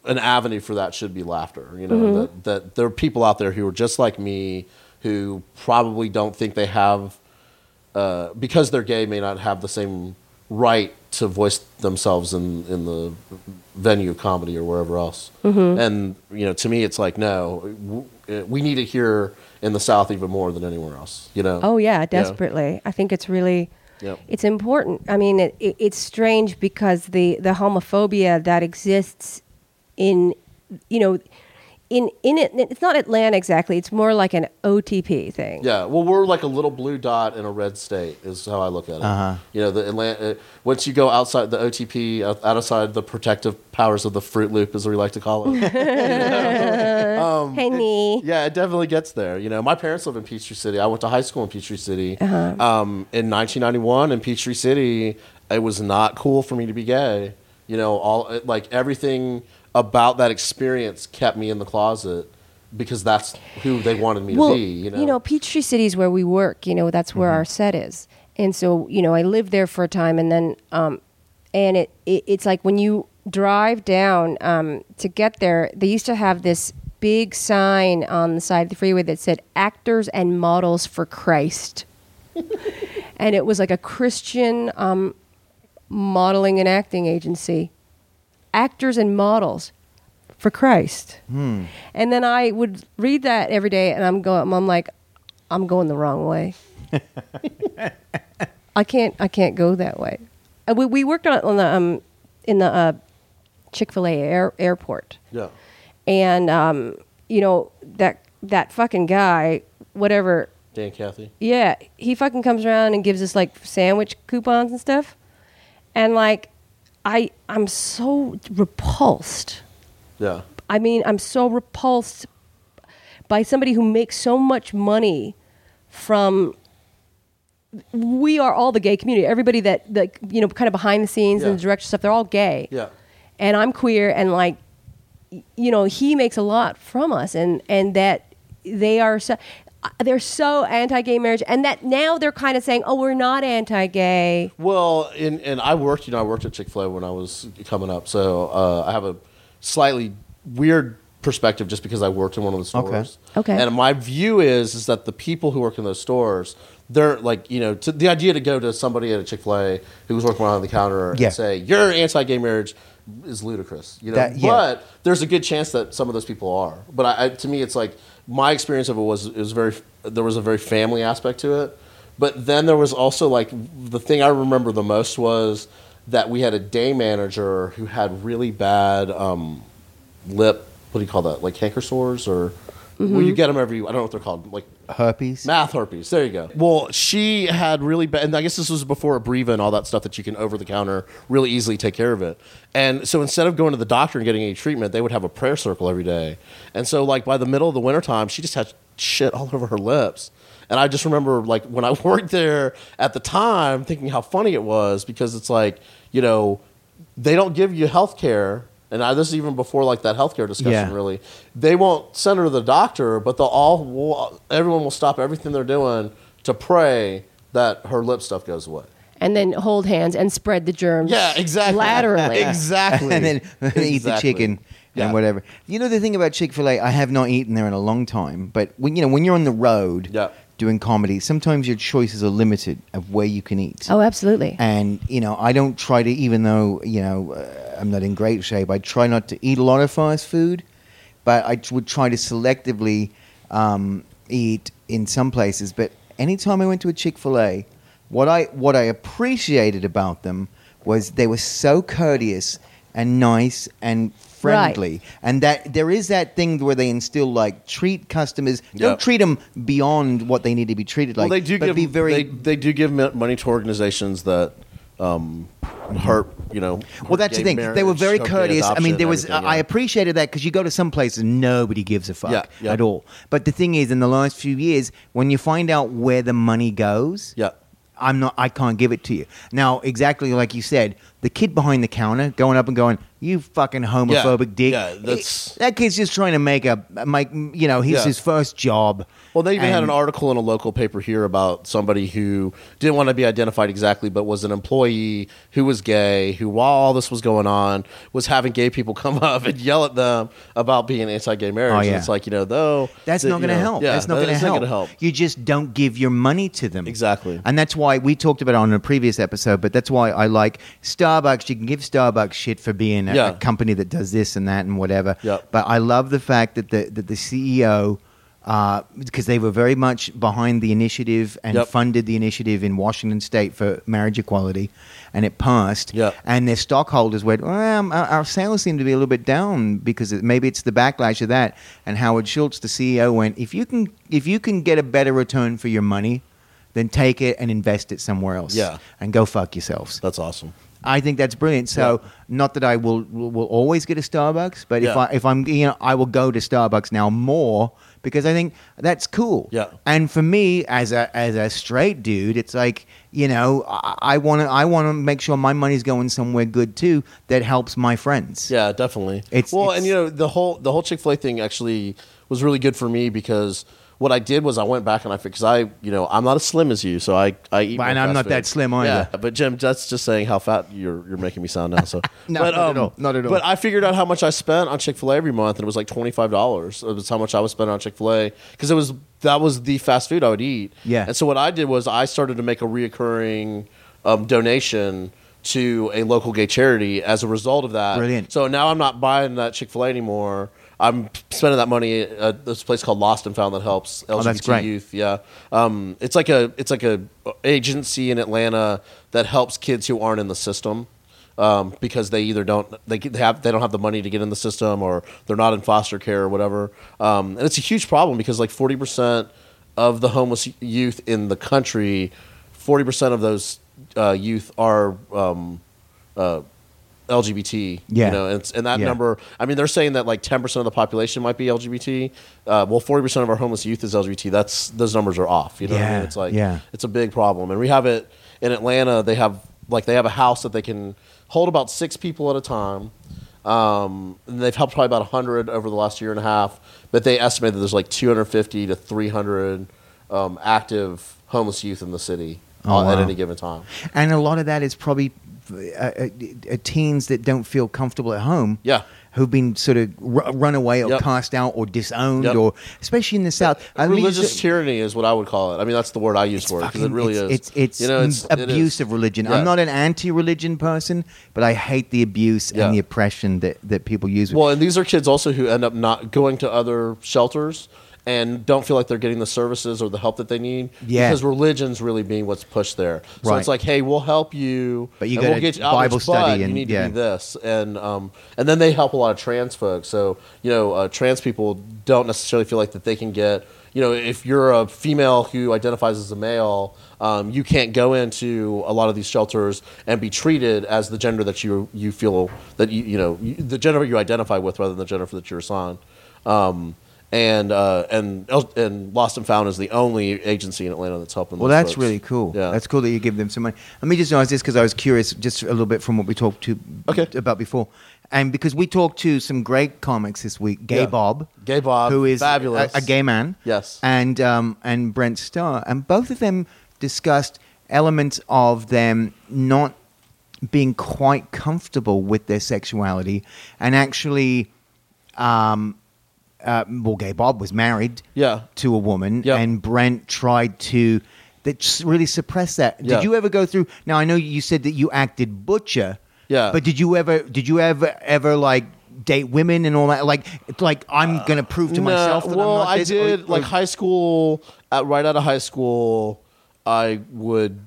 [SPEAKER 3] an avenue for that should be laughter. You know,
[SPEAKER 1] Mm-hmm.
[SPEAKER 3] that, that there are people out there who are just like me who probably don't think they have, uh, because they're gay, may not have the same right to voice themselves in, in the venue of comedy or wherever else.
[SPEAKER 1] Mm-hmm.
[SPEAKER 3] And, you know, to me, it's like, no, w- uh, we need it here in the South even more than anywhere else, you know?
[SPEAKER 1] Oh yeah, desperately. I think it's really
[SPEAKER 3] Yep.
[SPEAKER 1] it's important. I mean, it, it, it's strange because the the homophobia that exists in you know in in it it's not Atlanta exactly. It's more like an OTP thing.
[SPEAKER 3] Yeah, well, we're like a little blue dot in a red state, is how I look at it.
[SPEAKER 2] Uh-huh.
[SPEAKER 3] You know, the Atlanta. uh, Once you go outside the OTP, out- outside the protective powers of the Fruit Loop, is what we like to call it.
[SPEAKER 1] hey me.
[SPEAKER 3] yeah, it definitely gets there. You know, my parents live in Peachtree City. I went to high school in Peachtree City. Um, in 1991, in Peachtree City, it was not cool for me to be gay. You know, all it- like everything about that experience kept me in the closet because that's who they wanted me to be. You know, Mm-hmm.
[SPEAKER 1] Peachtree City is where we work. You know, that's where our set is, and so you know, I lived there for a time, and then, um, and it, it it's like when you drive down um, to get there, they used to have this big sign on the side of the freeway that said "Actors and Models for Christ," and it was like a Christian um, modeling and acting agency, actors and models for Christ. And then I would read that every day, and I'm going. I'm like, I'm going the wrong way. I can't. I can't go that way. Uh, We, we worked on on the um, in the uh, Chick Fil A air, airport,
[SPEAKER 3] yeah,
[SPEAKER 1] and um, you know that that fucking guy, whatever.
[SPEAKER 3] Dan Cathy.
[SPEAKER 1] Yeah, he fucking comes around and gives us like sandwich coupons and stuff, and like, I I'm so repulsed.
[SPEAKER 3] Yeah.
[SPEAKER 1] I mean, I'm so repulsed by somebody who makes so much money from. We are all the gay community. Everybody that, like, you know, kind of behind the scenes and
[SPEAKER 3] Yeah.
[SPEAKER 1] the director stuff, they're all gay.
[SPEAKER 3] Yeah.
[SPEAKER 1] And I'm queer, and like, y- you know, he makes a lot from us, and and that they are so. uh, They're so anti-gay marriage, and that now they're kind of saying, "Oh, we're not anti-gay."
[SPEAKER 3] Well, and and I worked, you know, I worked at Chick Fil A when I was coming up, so uh, I have a slightly weird perspective just because I worked in one of the stores.
[SPEAKER 1] Okay.
[SPEAKER 3] And my view is is that the people who work in those stores, they're like, you know, to, the idea to go to somebody at a Chick Fil A who was working behind the counter
[SPEAKER 2] Yeah.
[SPEAKER 3] and say you're anti-gay marriage is ludicrous, you know.
[SPEAKER 2] That- yeah.
[SPEAKER 3] But there's a good chance that some of those people are. But I, I, to me, it's like my experience of it was it was very there was a very family aspect to it. But then there was also like the thing I remember the most was that we had a day manager who had really bad um, lip. What do you call that? Like canker sores or. Well,
[SPEAKER 2] Mm-hmm.
[SPEAKER 3] you get them every. I don't know what they're called. Like
[SPEAKER 2] herpes.
[SPEAKER 3] Math herpes. There you go. Well, she had really bad, and I guess this was before Abreva and all that stuff that you can over the counter really easily take care of it. And so instead of going to the doctor and getting any treatment, they would have a prayer circle every day. And so, like, by the middle of the wintertime, she just had shit all over her lips. And I just remember, like, when I worked there at the time, thinking how funny it was because it's like, you know, they don't give you health care. And I, this is even before like that healthcare discussion
[SPEAKER 2] Yeah.
[SPEAKER 3] really really. They won't send her to the doctor, but they'll all will, everyone will stop everything they're doing to pray that her lip stuff goes away.
[SPEAKER 1] And then hold hands and spread the germs.
[SPEAKER 3] Yeah, exactly.
[SPEAKER 1] Laterally.
[SPEAKER 3] exactly.
[SPEAKER 2] and then eat the
[SPEAKER 3] Exactly.
[SPEAKER 2] chicken
[SPEAKER 3] Yeah.
[SPEAKER 2] and whatever. You know the thing about Chick Fil A, I have not eaten there in a long time. But when you know when you're on the road
[SPEAKER 3] Yeah.
[SPEAKER 2] doing comedy, sometimes your choices are limited of where you can eat.
[SPEAKER 1] Oh, absolutely.
[SPEAKER 2] And you know, I don't try to, even though you know uh, I'm not in great shape, I try not to eat a lot of fast food, but I t- would try to selectively um, eat in some places. But anytime I went to a Chick Fil A, what I what I appreciated about them was they were so courteous and nice and friendly and that there is that thing where they instill like treat customers
[SPEAKER 3] Yep.
[SPEAKER 2] don't treat them beyond what they need to be treated like
[SPEAKER 3] well, they do
[SPEAKER 2] but
[SPEAKER 3] give
[SPEAKER 2] be very
[SPEAKER 3] they, they do give mon- money to organizations that her, you know. her
[SPEAKER 2] Well, that's the
[SPEAKER 3] gay
[SPEAKER 2] thing. They were
[SPEAKER 3] marriage,
[SPEAKER 2] very
[SPEAKER 3] her gay
[SPEAKER 2] courteous. I mean,
[SPEAKER 3] adoption,
[SPEAKER 2] there was.
[SPEAKER 3] everything,
[SPEAKER 2] I
[SPEAKER 3] yeah.
[SPEAKER 2] appreciated that because you go to some places nobody gives a fuck
[SPEAKER 3] Yeah, yeah.
[SPEAKER 2] at all. But the thing is, in the last few years, when you find out where the money goes,
[SPEAKER 3] Yeah.
[SPEAKER 2] I'm not. I can't give it to you now. Exactly like you said, the kid behind the counter going up and going, "You fucking homophobic dick."
[SPEAKER 3] yeah, that's-
[SPEAKER 2] It- that kid's just trying to make a make. You know, he's
[SPEAKER 3] Yeah.
[SPEAKER 2] his first job.
[SPEAKER 3] Well, they even had
[SPEAKER 2] And-
[SPEAKER 3] an article in a local paper here about somebody who didn't want to be identified exactly, but was an employee who was gay, who, while all this was going on, was having gay people come up and yell at them about being anti gay marriage.
[SPEAKER 2] Oh,
[SPEAKER 3] And
[SPEAKER 2] yeah.
[SPEAKER 3] it's like, you know, though.
[SPEAKER 2] That's
[SPEAKER 3] that,
[SPEAKER 2] not
[SPEAKER 3] you
[SPEAKER 2] going to
[SPEAKER 3] know,
[SPEAKER 2] help.
[SPEAKER 3] Yeah,
[SPEAKER 2] that's not
[SPEAKER 3] that-
[SPEAKER 2] going to
[SPEAKER 3] it's
[SPEAKER 2] help.
[SPEAKER 3] gonna
[SPEAKER 2] You just don't give your money to them.
[SPEAKER 3] Exactly.
[SPEAKER 2] And that's why we talked about it on a previous episode, but that's why I like Starbucks. You can give Starbucks shit for being a,
[SPEAKER 3] Yeah.
[SPEAKER 2] a company that does this and that and whatever.
[SPEAKER 3] Yep.
[SPEAKER 2] But I love the fact that the, that the E CEO, because uh, they were very much behind the initiative and
[SPEAKER 3] Yep.
[SPEAKER 2] funded the initiative in Washington State for marriage equality, and it passed.
[SPEAKER 3] Yep.
[SPEAKER 2] And their stockholders went, well, um, our, our sales seem to be a little bit down because it, maybe it's the backlash of that. And Howard Schultz, the CEO, went, if you can, if you can get a better return for your money, then take it and invest it somewhere else.
[SPEAKER 3] Yeah.
[SPEAKER 2] And go fuck yourselves.
[SPEAKER 3] That's awesome.
[SPEAKER 2] I think that's brilliant. So, not that I will will will always get a Starbucks, but if
[SPEAKER 3] Yeah.
[SPEAKER 2] I if I'm you know I will go to Starbucks now more because I think that's cool.
[SPEAKER 3] Yeah.
[SPEAKER 2] And for me as a as a straight dude, it's like you know I want to I want to make sure my money's going somewhere good too that helps my friends.
[SPEAKER 3] Yeah, definitely.
[SPEAKER 2] It's-
[SPEAKER 3] well,
[SPEAKER 2] it's-
[SPEAKER 3] and you know the whole the whole Chick Fil A thing actually was really good for me because what I did was I went back and I because I you know I'm not as slim as you, so I I eat.
[SPEAKER 2] Well,
[SPEAKER 3] more
[SPEAKER 2] and I'm
[SPEAKER 3] fast
[SPEAKER 2] not
[SPEAKER 3] food.
[SPEAKER 2] that slim either.
[SPEAKER 3] Yeah, but Jim, that's just saying how fat you're you're making me sound now. So
[SPEAKER 2] No,
[SPEAKER 3] but, um,
[SPEAKER 2] not at all. Not at all.
[SPEAKER 3] But I figured out how much I spent on Chick Fil A every month, and it was like twenty five dollars. It was how much I was spending on Chick Fil A because it was that was the fast food I would eat.
[SPEAKER 2] Yeah.
[SPEAKER 3] And so what I did was I started to make a reoccurring um, donation to a local gay charity as a result of that.
[SPEAKER 2] Brilliant.
[SPEAKER 3] So now I'm not buying that Chick Fil A anymore. I'm spending that money at this place called Lost and Found that helps LGBT
[SPEAKER 2] Oh, that's great.
[SPEAKER 3] youth. Yeah, um, it's like a it's like a agency in Atlanta that helps kids who aren't in the system um, because they either don't they get- they have they don't have the money to get in the system or they're not in foster care or whatever. Um, and it's a huge problem because like forty percent of the homeless youth in the country, forty percent of those uh, youth are. Um, LGBT.
[SPEAKER 2] Yeah.
[SPEAKER 3] You know, and, it's- and that
[SPEAKER 2] Yeah.
[SPEAKER 3] number, I mean, they're saying that like 10% of the population might be LGBT. Uh, well, 40% of our homeless youth is LGBT. That's, those numbers are off. You know what I
[SPEAKER 2] Yeah,
[SPEAKER 3] mean? It's like,
[SPEAKER 2] yeah.
[SPEAKER 3] it's a big problem. And we have it in Atlanta. They have, like, they have a house that they can hold about six people at a time. Um, and they've helped probably about 100 over the last year and a half. But they estimate that there's like 250 to 300 um, active homeless youth in the city
[SPEAKER 2] Oh,
[SPEAKER 3] uh, at
[SPEAKER 2] wow.
[SPEAKER 3] any given time.
[SPEAKER 2] And a lot of that is probably uh, uh, uh, teens that don't feel comfortable at home.
[SPEAKER 3] Yeah.
[SPEAKER 2] Who've been sort of ru- run away or
[SPEAKER 3] Yep.
[SPEAKER 2] cast out or disowned
[SPEAKER 3] Yep.
[SPEAKER 2] or especially in the South. I mean,
[SPEAKER 3] religious
[SPEAKER 2] so-
[SPEAKER 3] tyranny is what I would call it. I mean, that's the word I use for it because it
[SPEAKER 2] fucking-
[SPEAKER 3] really
[SPEAKER 2] it's,
[SPEAKER 3] is.
[SPEAKER 2] It's, it's,
[SPEAKER 3] you know, it's
[SPEAKER 2] m-
[SPEAKER 3] it is.
[SPEAKER 2] abuse of religion.
[SPEAKER 3] Yeah.
[SPEAKER 2] I'm not an anti-religion person, but I hate the abuse
[SPEAKER 3] Yeah.
[SPEAKER 2] and the oppression that, that people use.
[SPEAKER 3] Well, and these are kids also who end up not going to other shelters and don't feel like they're getting the services or the help that they need
[SPEAKER 2] Yeah.
[SPEAKER 3] because religion's really being what's pushed there. So
[SPEAKER 2] Right.
[SPEAKER 3] it's like, hey, we'll help you,
[SPEAKER 2] But you
[SPEAKER 3] and
[SPEAKER 2] gotta
[SPEAKER 3] we'll get you outreach,
[SPEAKER 2] Bible study
[SPEAKER 3] but you
[SPEAKER 2] and-
[SPEAKER 3] need
[SPEAKER 2] yeah.
[SPEAKER 3] to be this, and um, and then they help a lot of trans folks. So you know, uh, trans people don't necessarily feel like that they can get. You know, if you're a female who identifies as a male, um, you can't go into a lot of these shelters and be treated as the gender that you you feel that you you know you, the gender you identify with rather than the gender that you're assigned. Um, and uh, and El- and Lost and Found is the only agency in Atlanta that's helping.
[SPEAKER 2] Well,
[SPEAKER 3] those
[SPEAKER 2] that's
[SPEAKER 3] folks.
[SPEAKER 2] really cool.
[SPEAKER 3] Yeah,
[SPEAKER 2] That's cool that you give them some money. Let me just ask this because I was curious just a little bit from what we talked to
[SPEAKER 3] Okay.
[SPEAKER 2] about before. And because we talked to some great comics this week, Gay
[SPEAKER 3] Yeah.
[SPEAKER 2] Bob,
[SPEAKER 3] Gay Bob,
[SPEAKER 2] who is uh, a-
[SPEAKER 3] fabulous.
[SPEAKER 2] a, gay man,
[SPEAKER 3] Yes.
[SPEAKER 2] and um, and Brent Starr, and both of them discussed elements of them not being quite comfortable with their sexuality, and actually, um, uh, well, Gay Bob was married,
[SPEAKER 3] Yeah.
[SPEAKER 2] to a woman,
[SPEAKER 3] Yeah.
[SPEAKER 2] and Brent tried to that s- really suppress that.
[SPEAKER 3] Yeah.
[SPEAKER 2] Did you ever go through? Now I know you said that you acted butcher.
[SPEAKER 3] Yeah.
[SPEAKER 2] But did you ever? Did you ever ever like date women and all that? Like it's like I'm gonna prove to
[SPEAKER 3] No,
[SPEAKER 2] myself that
[SPEAKER 3] Uh, well,
[SPEAKER 2] I'm not.
[SPEAKER 3] I
[SPEAKER 2] this,
[SPEAKER 3] did
[SPEAKER 2] or-
[SPEAKER 3] like
[SPEAKER 2] or-
[SPEAKER 3] high school. At, right out of high school, I would,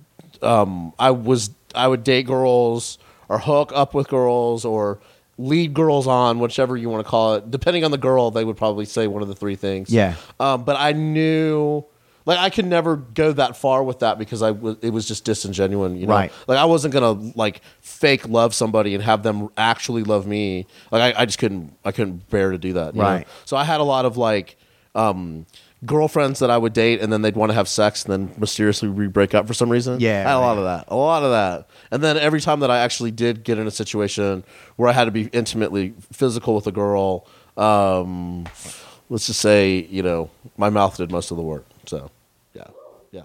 [SPEAKER 3] um, I was, I would date girls or hook up with girls or lead girls on, whichever you want to call it. Depending on the girl, they would probably say one of the three things.
[SPEAKER 2] Yeah.
[SPEAKER 3] Um, but I knew. Like I could never go that far with that because I was it was just disingenuous, you know.
[SPEAKER 2] Right.
[SPEAKER 3] Like I wasn't gonna like fake love somebody and have them actually love me. Like I, I just couldn't I couldn't bear to do that. you know?
[SPEAKER 2] Right.
[SPEAKER 3] So I had a lot of like um girlfriends that I would date and then they'd want to have sex and then mysteriously re break up for some reason.
[SPEAKER 2] Yeah,
[SPEAKER 3] I had a lot
[SPEAKER 2] yeah.
[SPEAKER 3] of that. A lot of that. And then every time that I actually did get in a situation where I had to be intimately physical with a girl, um, let's just say, you know, my mouth did most of the work. So, yeah. Yeah.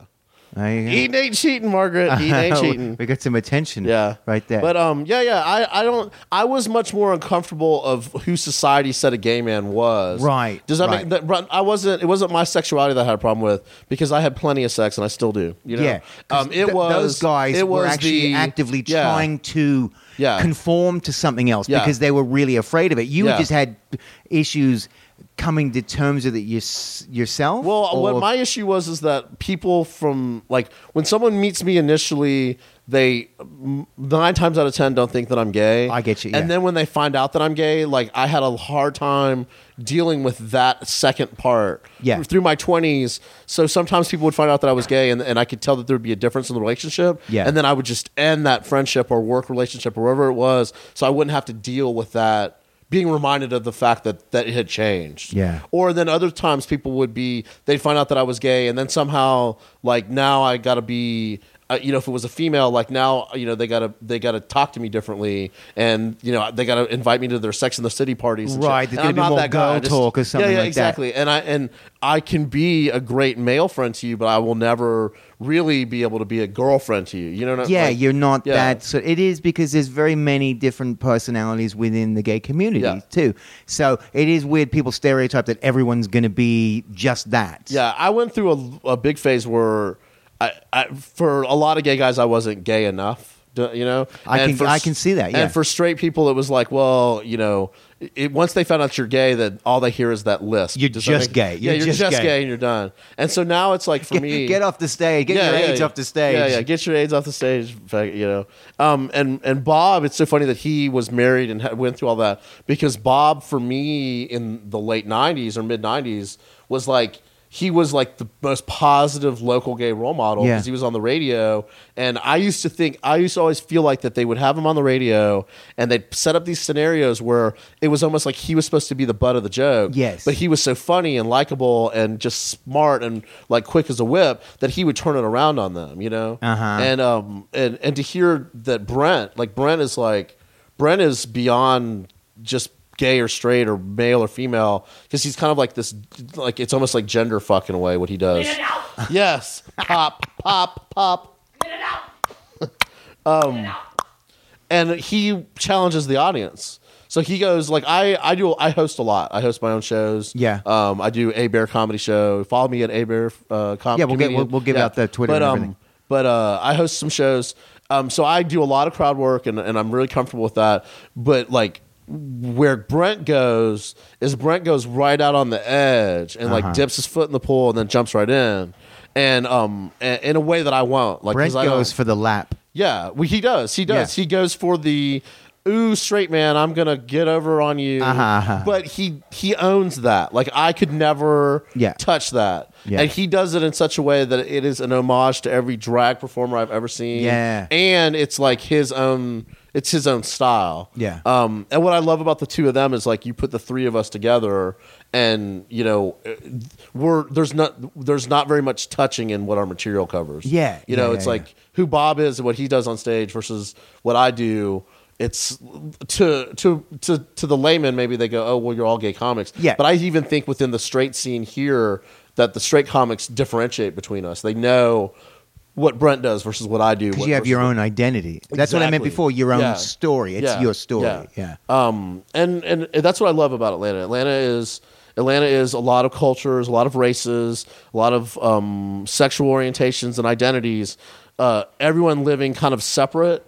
[SPEAKER 2] There you go.
[SPEAKER 3] Eating ain't cheating, Margaret. Eating ain't cheating.
[SPEAKER 2] we got some attention.
[SPEAKER 3] Yeah.
[SPEAKER 2] right there.
[SPEAKER 3] But um yeah, yeah. I, I don't I was much more uncomfortable of who society said a gay man was.
[SPEAKER 2] Right,
[SPEAKER 3] Does that
[SPEAKER 2] right.
[SPEAKER 3] make that but I wasn't it wasn't my sexuality that I had a problem with because I had plenty of sex and I still do. You know?
[SPEAKER 2] yeah, 'Cause
[SPEAKER 3] Um it
[SPEAKER 2] th-
[SPEAKER 3] was
[SPEAKER 2] those guys
[SPEAKER 3] it
[SPEAKER 2] were
[SPEAKER 3] was the-
[SPEAKER 2] actually actively
[SPEAKER 3] yeah.
[SPEAKER 2] trying to
[SPEAKER 3] Yeah.
[SPEAKER 2] conform to something else
[SPEAKER 3] Yeah.
[SPEAKER 2] because they were really afraid of it. You
[SPEAKER 3] Yeah.
[SPEAKER 2] just had issues coming to terms with it your, yourself.
[SPEAKER 3] Well, uh,
[SPEAKER 2] or-
[SPEAKER 3] what my issue was is that people from like when someone meets me initially, they m- nine times out of ten don't think that I'm gay.
[SPEAKER 2] I get you, yeah.
[SPEAKER 3] And then when they find out that I'm gay, like I had a hard time dealing with that second part.
[SPEAKER 2] Yeah.
[SPEAKER 3] Through my twenties, so sometimes people would find out that I was gay, and, and I could tell that there would be a difference in the relationship.
[SPEAKER 2] Yeah.
[SPEAKER 3] And then I would just end that friendship or work relationship or whatever it was, so I wouldn't have to deal with that. Being reminded of the fact that that it had changed,
[SPEAKER 2] Yeah.
[SPEAKER 3] or then other times people would be they'd find out that I was gay, and then somehow like now I gotta be. Uh, you know, if it was a female, like now, you know they gotta they gotta talk to me differently, and you know they gotta invite me to their Sex in the City parties. and shit.
[SPEAKER 2] Right, there's
[SPEAKER 3] And
[SPEAKER 2] gonna be
[SPEAKER 3] I'm not
[SPEAKER 2] more
[SPEAKER 3] that guy. I
[SPEAKER 2] girl talk or something
[SPEAKER 3] Yeah, yeah,
[SPEAKER 2] like that.
[SPEAKER 3] exactly. And I and I can be a great male friend to you, but I will never really be able to be a girlfriend to you. You know what I
[SPEAKER 2] yeah,
[SPEAKER 3] like-
[SPEAKER 2] you're not
[SPEAKER 3] Yeah.
[SPEAKER 2] that. So it is because there's very many different personalities within the gay community
[SPEAKER 3] Yeah.
[SPEAKER 2] too. So it is weird. People stereotype that everyone's going to be just that.
[SPEAKER 3] Yeah, I went through a, a big phase where, I, I for a lot of gay guys, I wasn't gay enough. d- You know,
[SPEAKER 2] I
[SPEAKER 3] And
[SPEAKER 2] can-
[SPEAKER 3] for
[SPEAKER 2] I
[SPEAKER 3] s-
[SPEAKER 2] can see that, yeah.
[SPEAKER 3] and for straight people, it was like, well, you know, it, once they found out you're gay, then all they hear is that list.
[SPEAKER 2] You're
[SPEAKER 3] Does that
[SPEAKER 2] just gay.
[SPEAKER 3] Yeah, you're just, gay. and you're done. And so now it's like for
[SPEAKER 2] Get,
[SPEAKER 3] me,
[SPEAKER 2] get off the stage. Get your AIDS
[SPEAKER 3] yeah.
[SPEAKER 2] off the stage.
[SPEAKER 3] Yeah, yeah. Get your AIDS off the stage. in fact, You know, um, and and Bob. It's so funny that he was married and had, went through all that because Bob, for me, in the late '90s or mid '90s, was like he was like the most positive local gay role model
[SPEAKER 2] Yeah.
[SPEAKER 3] because he was on the radio. And I used to think I used to always feel like that they would have him on the radio and they'd set up these scenarios where it was almost like he was supposed to be the butt of the joke.
[SPEAKER 2] Yes.
[SPEAKER 3] but he was so funny and likable and just smart and like quick as a whip that he would turn it around on them, you know.
[SPEAKER 2] Uh-huh.
[SPEAKER 3] And um and and to hear that Brent, like Brent is like Brent is beyond just gay or straight or male or female because he's kind of like this like it's almost like gender fuck in a way what he does. yes, pop, pop, pop. Um, and he challenges the audience. So he goes like I I do I host a lot. I host my own shows.
[SPEAKER 2] Yeah.
[SPEAKER 3] Um, I do a bear comedy show. Follow me at a bear uh, comedy.
[SPEAKER 2] Yeah, we'll get- we'll- we'll give out the Twitter
[SPEAKER 3] But
[SPEAKER 2] and
[SPEAKER 3] um,
[SPEAKER 2] everything.
[SPEAKER 3] but uh, I host some shows. Um, so I do a lot of crowd work, and and I'm really comfortable with that. But like where Brent goes is Brent goes right out on the edge and
[SPEAKER 2] Uh-huh.
[SPEAKER 3] like dips his foot in the pool and then jumps right in. And um, a- in a way that I won't. Like
[SPEAKER 2] Brent
[SPEAKER 3] 'cause I don't-
[SPEAKER 2] goes for the lap.
[SPEAKER 3] yeah, well, he does. He does.
[SPEAKER 2] Yeah.
[SPEAKER 3] He goes for the ooh, straight man. I'm gonna get over on you.
[SPEAKER 2] Uh-huh, uh-huh.
[SPEAKER 3] But he he owns that. Like I could never
[SPEAKER 2] Yeah.
[SPEAKER 3] touch that.
[SPEAKER 2] Yeah.
[SPEAKER 3] And he does it in such a way that it is an homage to every drag performer I've ever seen.
[SPEAKER 2] Yeah.
[SPEAKER 3] and it's like his own. It's his own style.
[SPEAKER 2] Yeah.
[SPEAKER 3] Um, and what I love about the two of them is like you put the three of us together, and you know, we're there's not there's not very much touching in what our material covers.
[SPEAKER 2] Yeah,
[SPEAKER 3] You know,
[SPEAKER 2] yeah,
[SPEAKER 3] it's
[SPEAKER 2] yeah,
[SPEAKER 3] like who Bob is and what he does on stage versus what I do. It's to to to to the layman. Maybe they go, "Oh, well, you're all gay comics."
[SPEAKER 2] Yeah.
[SPEAKER 3] But I even think within the straight scene here that the straight comics differentiate between us. They know what Brent does versus what I do.
[SPEAKER 2] Because
[SPEAKER 3] what-
[SPEAKER 2] you have your
[SPEAKER 3] versus-
[SPEAKER 2] own identity. That's what I meant
[SPEAKER 3] Exactly.
[SPEAKER 2] before. Your own
[SPEAKER 3] Yeah.
[SPEAKER 2] story. It's
[SPEAKER 3] Yeah.
[SPEAKER 2] your story.
[SPEAKER 3] Yeah.
[SPEAKER 2] Yeah.
[SPEAKER 3] um, and and that's what I love about Atlanta. Atlanta is Atlanta is a lot of cultures, a lot of races, a lot of um, sexual orientations and identities. Uh, everyone living kind of separate,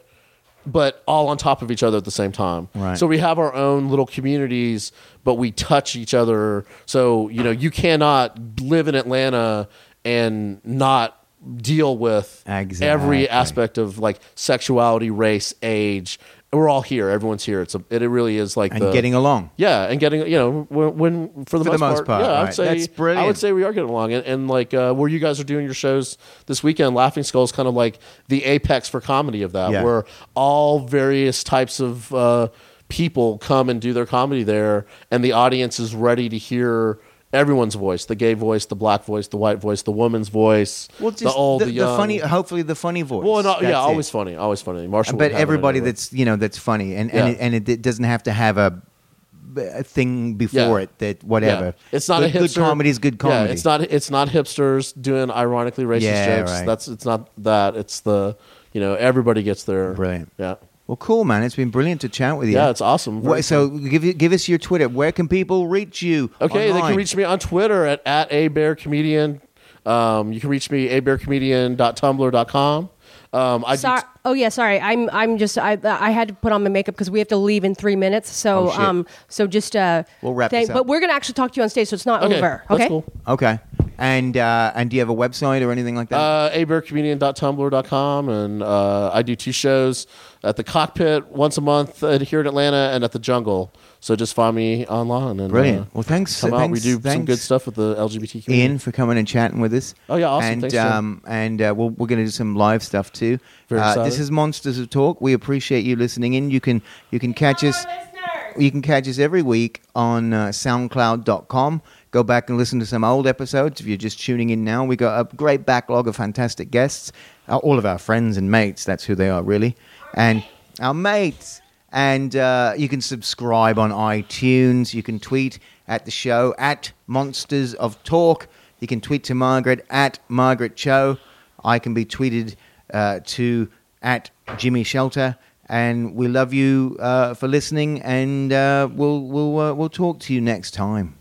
[SPEAKER 3] but all on top of each other at the same time.
[SPEAKER 2] Right.
[SPEAKER 3] So we have our own little communities, but we touch each other. So you know you cannot live in Atlanta and not deal with every
[SPEAKER 2] Exactly.
[SPEAKER 3] aspect aspect of like sexuality, race, age, we're all here. Everyone's here. It's a, it, it really is like
[SPEAKER 2] and
[SPEAKER 3] the,
[SPEAKER 2] getting along.
[SPEAKER 3] yeah, and getting you know when, when for the,
[SPEAKER 2] For the
[SPEAKER 3] most,
[SPEAKER 2] most part,
[SPEAKER 3] yeah, I'd
[SPEAKER 2] right.
[SPEAKER 3] say
[SPEAKER 2] That's brilliant.
[SPEAKER 3] I would say we are getting along, and, and like uh, where you guys are doing your shows this weekend, Laughing Skull is kind of like the apex for comedy of that,
[SPEAKER 2] Yeah.
[SPEAKER 3] where all various types of uh, people come and do their comedy there, and the audience is ready to hear. Everyone's voice, the gay voice, the black voice, the white voice, the woman's voice,
[SPEAKER 2] Well,
[SPEAKER 3] the
[SPEAKER 2] just
[SPEAKER 3] old, the, young.
[SPEAKER 2] funny. Hopefully, the funny voice.
[SPEAKER 3] Well, no,
[SPEAKER 2] That's
[SPEAKER 3] yeah,
[SPEAKER 2] it.
[SPEAKER 3] always funny, always funny. Marshall,
[SPEAKER 2] But
[SPEAKER 3] would have it
[SPEAKER 2] everybody
[SPEAKER 3] anyway.
[SPEAKER 2] that's you know that's funny, and
[SPEAKER 3] Yeah.
[SPEAKER 2] and, it, and it, it doesn't have to have a, a thing before
[SPEAKER 3] Yeah.
[SPEAKER 2] it that whatever.
[SPEAKER 3] Yeah. It's not
[SPEAKER 2] good,
[SPEAKER 3] a
[SPEAKER 2] good
[SPEAKER 3] hipster.
[SPEAKER 2] comedy is good comedy.
[SPEAKER 3] Yeah, it's not it's not hipsters doing ironically racist
[SPEAKER 2] Yeah,
[SPEAKER 3] jokes.
[SPEAKER 2] right.
[SPEAKER 3] That's it's not that. It's the you know everybody gets their
[SPEAKER 2] Brilliant.
[SPEAKER 3] Yeah,
[SPEAKER 2] Well, cool, man. It's been brilliant to chat with you.
[SPEAKER 3] yeah, it's awesome. Very
[SPEAKER 2] Wha- so give you- give us your Twitter. Where can people reach you?
[SPEAKER 3] Okay, they
[SPEAKER 2] online?
[SPEAKER 3] can reach me on Twitter at, at a bear comedian. Um, you can reach me abearcomedian.tumblr.com. Um, I do
[SPEAKER 1] Sorry. Oh yeah, sorry. I'm I'm just I I had to put on my makeup because we have to leave in three minutes. So
[SPEAKER 2] Oh, shit.
[SPEAKER 1] um so just uh
[SPEAKER 2] We'll wrap
[SPEAKER 1] thank-
[SPEAKER 2] this up.
[SPEAKER 1] But we're gonna actually talk to you on stage, so it's not
[SPEAKER 3] okay,
[SPEAKER 1] over.
[SPEAKER 3] that's
[SPEAKER 1] Okay.
[SPEAKER 3] cool.
[SPEAKER 2] Okay, and uh, and do you have a website or anything like that?
[SPEAKER 3] Uh, abearcomedian.tumblr.com, and uh, I do two shows at the cockpit once a month at, here in Atlanta and at the jungle. So just find me online. And,
[SPEAKER 2] Brilliant.
[SPEAKER 3] uh,
[SPEAKER 2] Well, thanks.
[SPEAKER 3] Come out.
[SPEAKER 2] thanks
[SPEAKER 3] we do
[SPEAKER 2] thanks,
[SPEAKER 3] some good stuff with the LGBT community.
[SPEAKER 2] Ian, for coming and chatting with us.
[SPEAKER 3] Oh, yeah, awesome.
[SPEAKER 2] And
[SPEAKER 3] Thanks, Tim.
[SPEAKER 2] um, and uh, we'll, we're going to do some live stuff too.
[SPEAKER 3] Very
[SPEAKER 2] uh,
[SPEAKER 3] excited.
[SPEAKER 2] this is Monsters of Talk. We appreciate you listening in. You can you can catch us. You can catch us every week on uh, SoundCloud.com. Go back and listen to some old episodes if you're just tuning in now. We got a great backlog of fantastic guests. Uh, all of our friends and mates. That's who they are, really. And our mates. And uh, you can subscribe on iTunes. You can tweet at the show at Monsters of Talk. You can tweet to Margaret at Margaret Cho. I can be tweeted uh, to at Jimmy Shelter. And we love you uh, for listening, and uh, we'll we'll uh, we'll talk to you next time.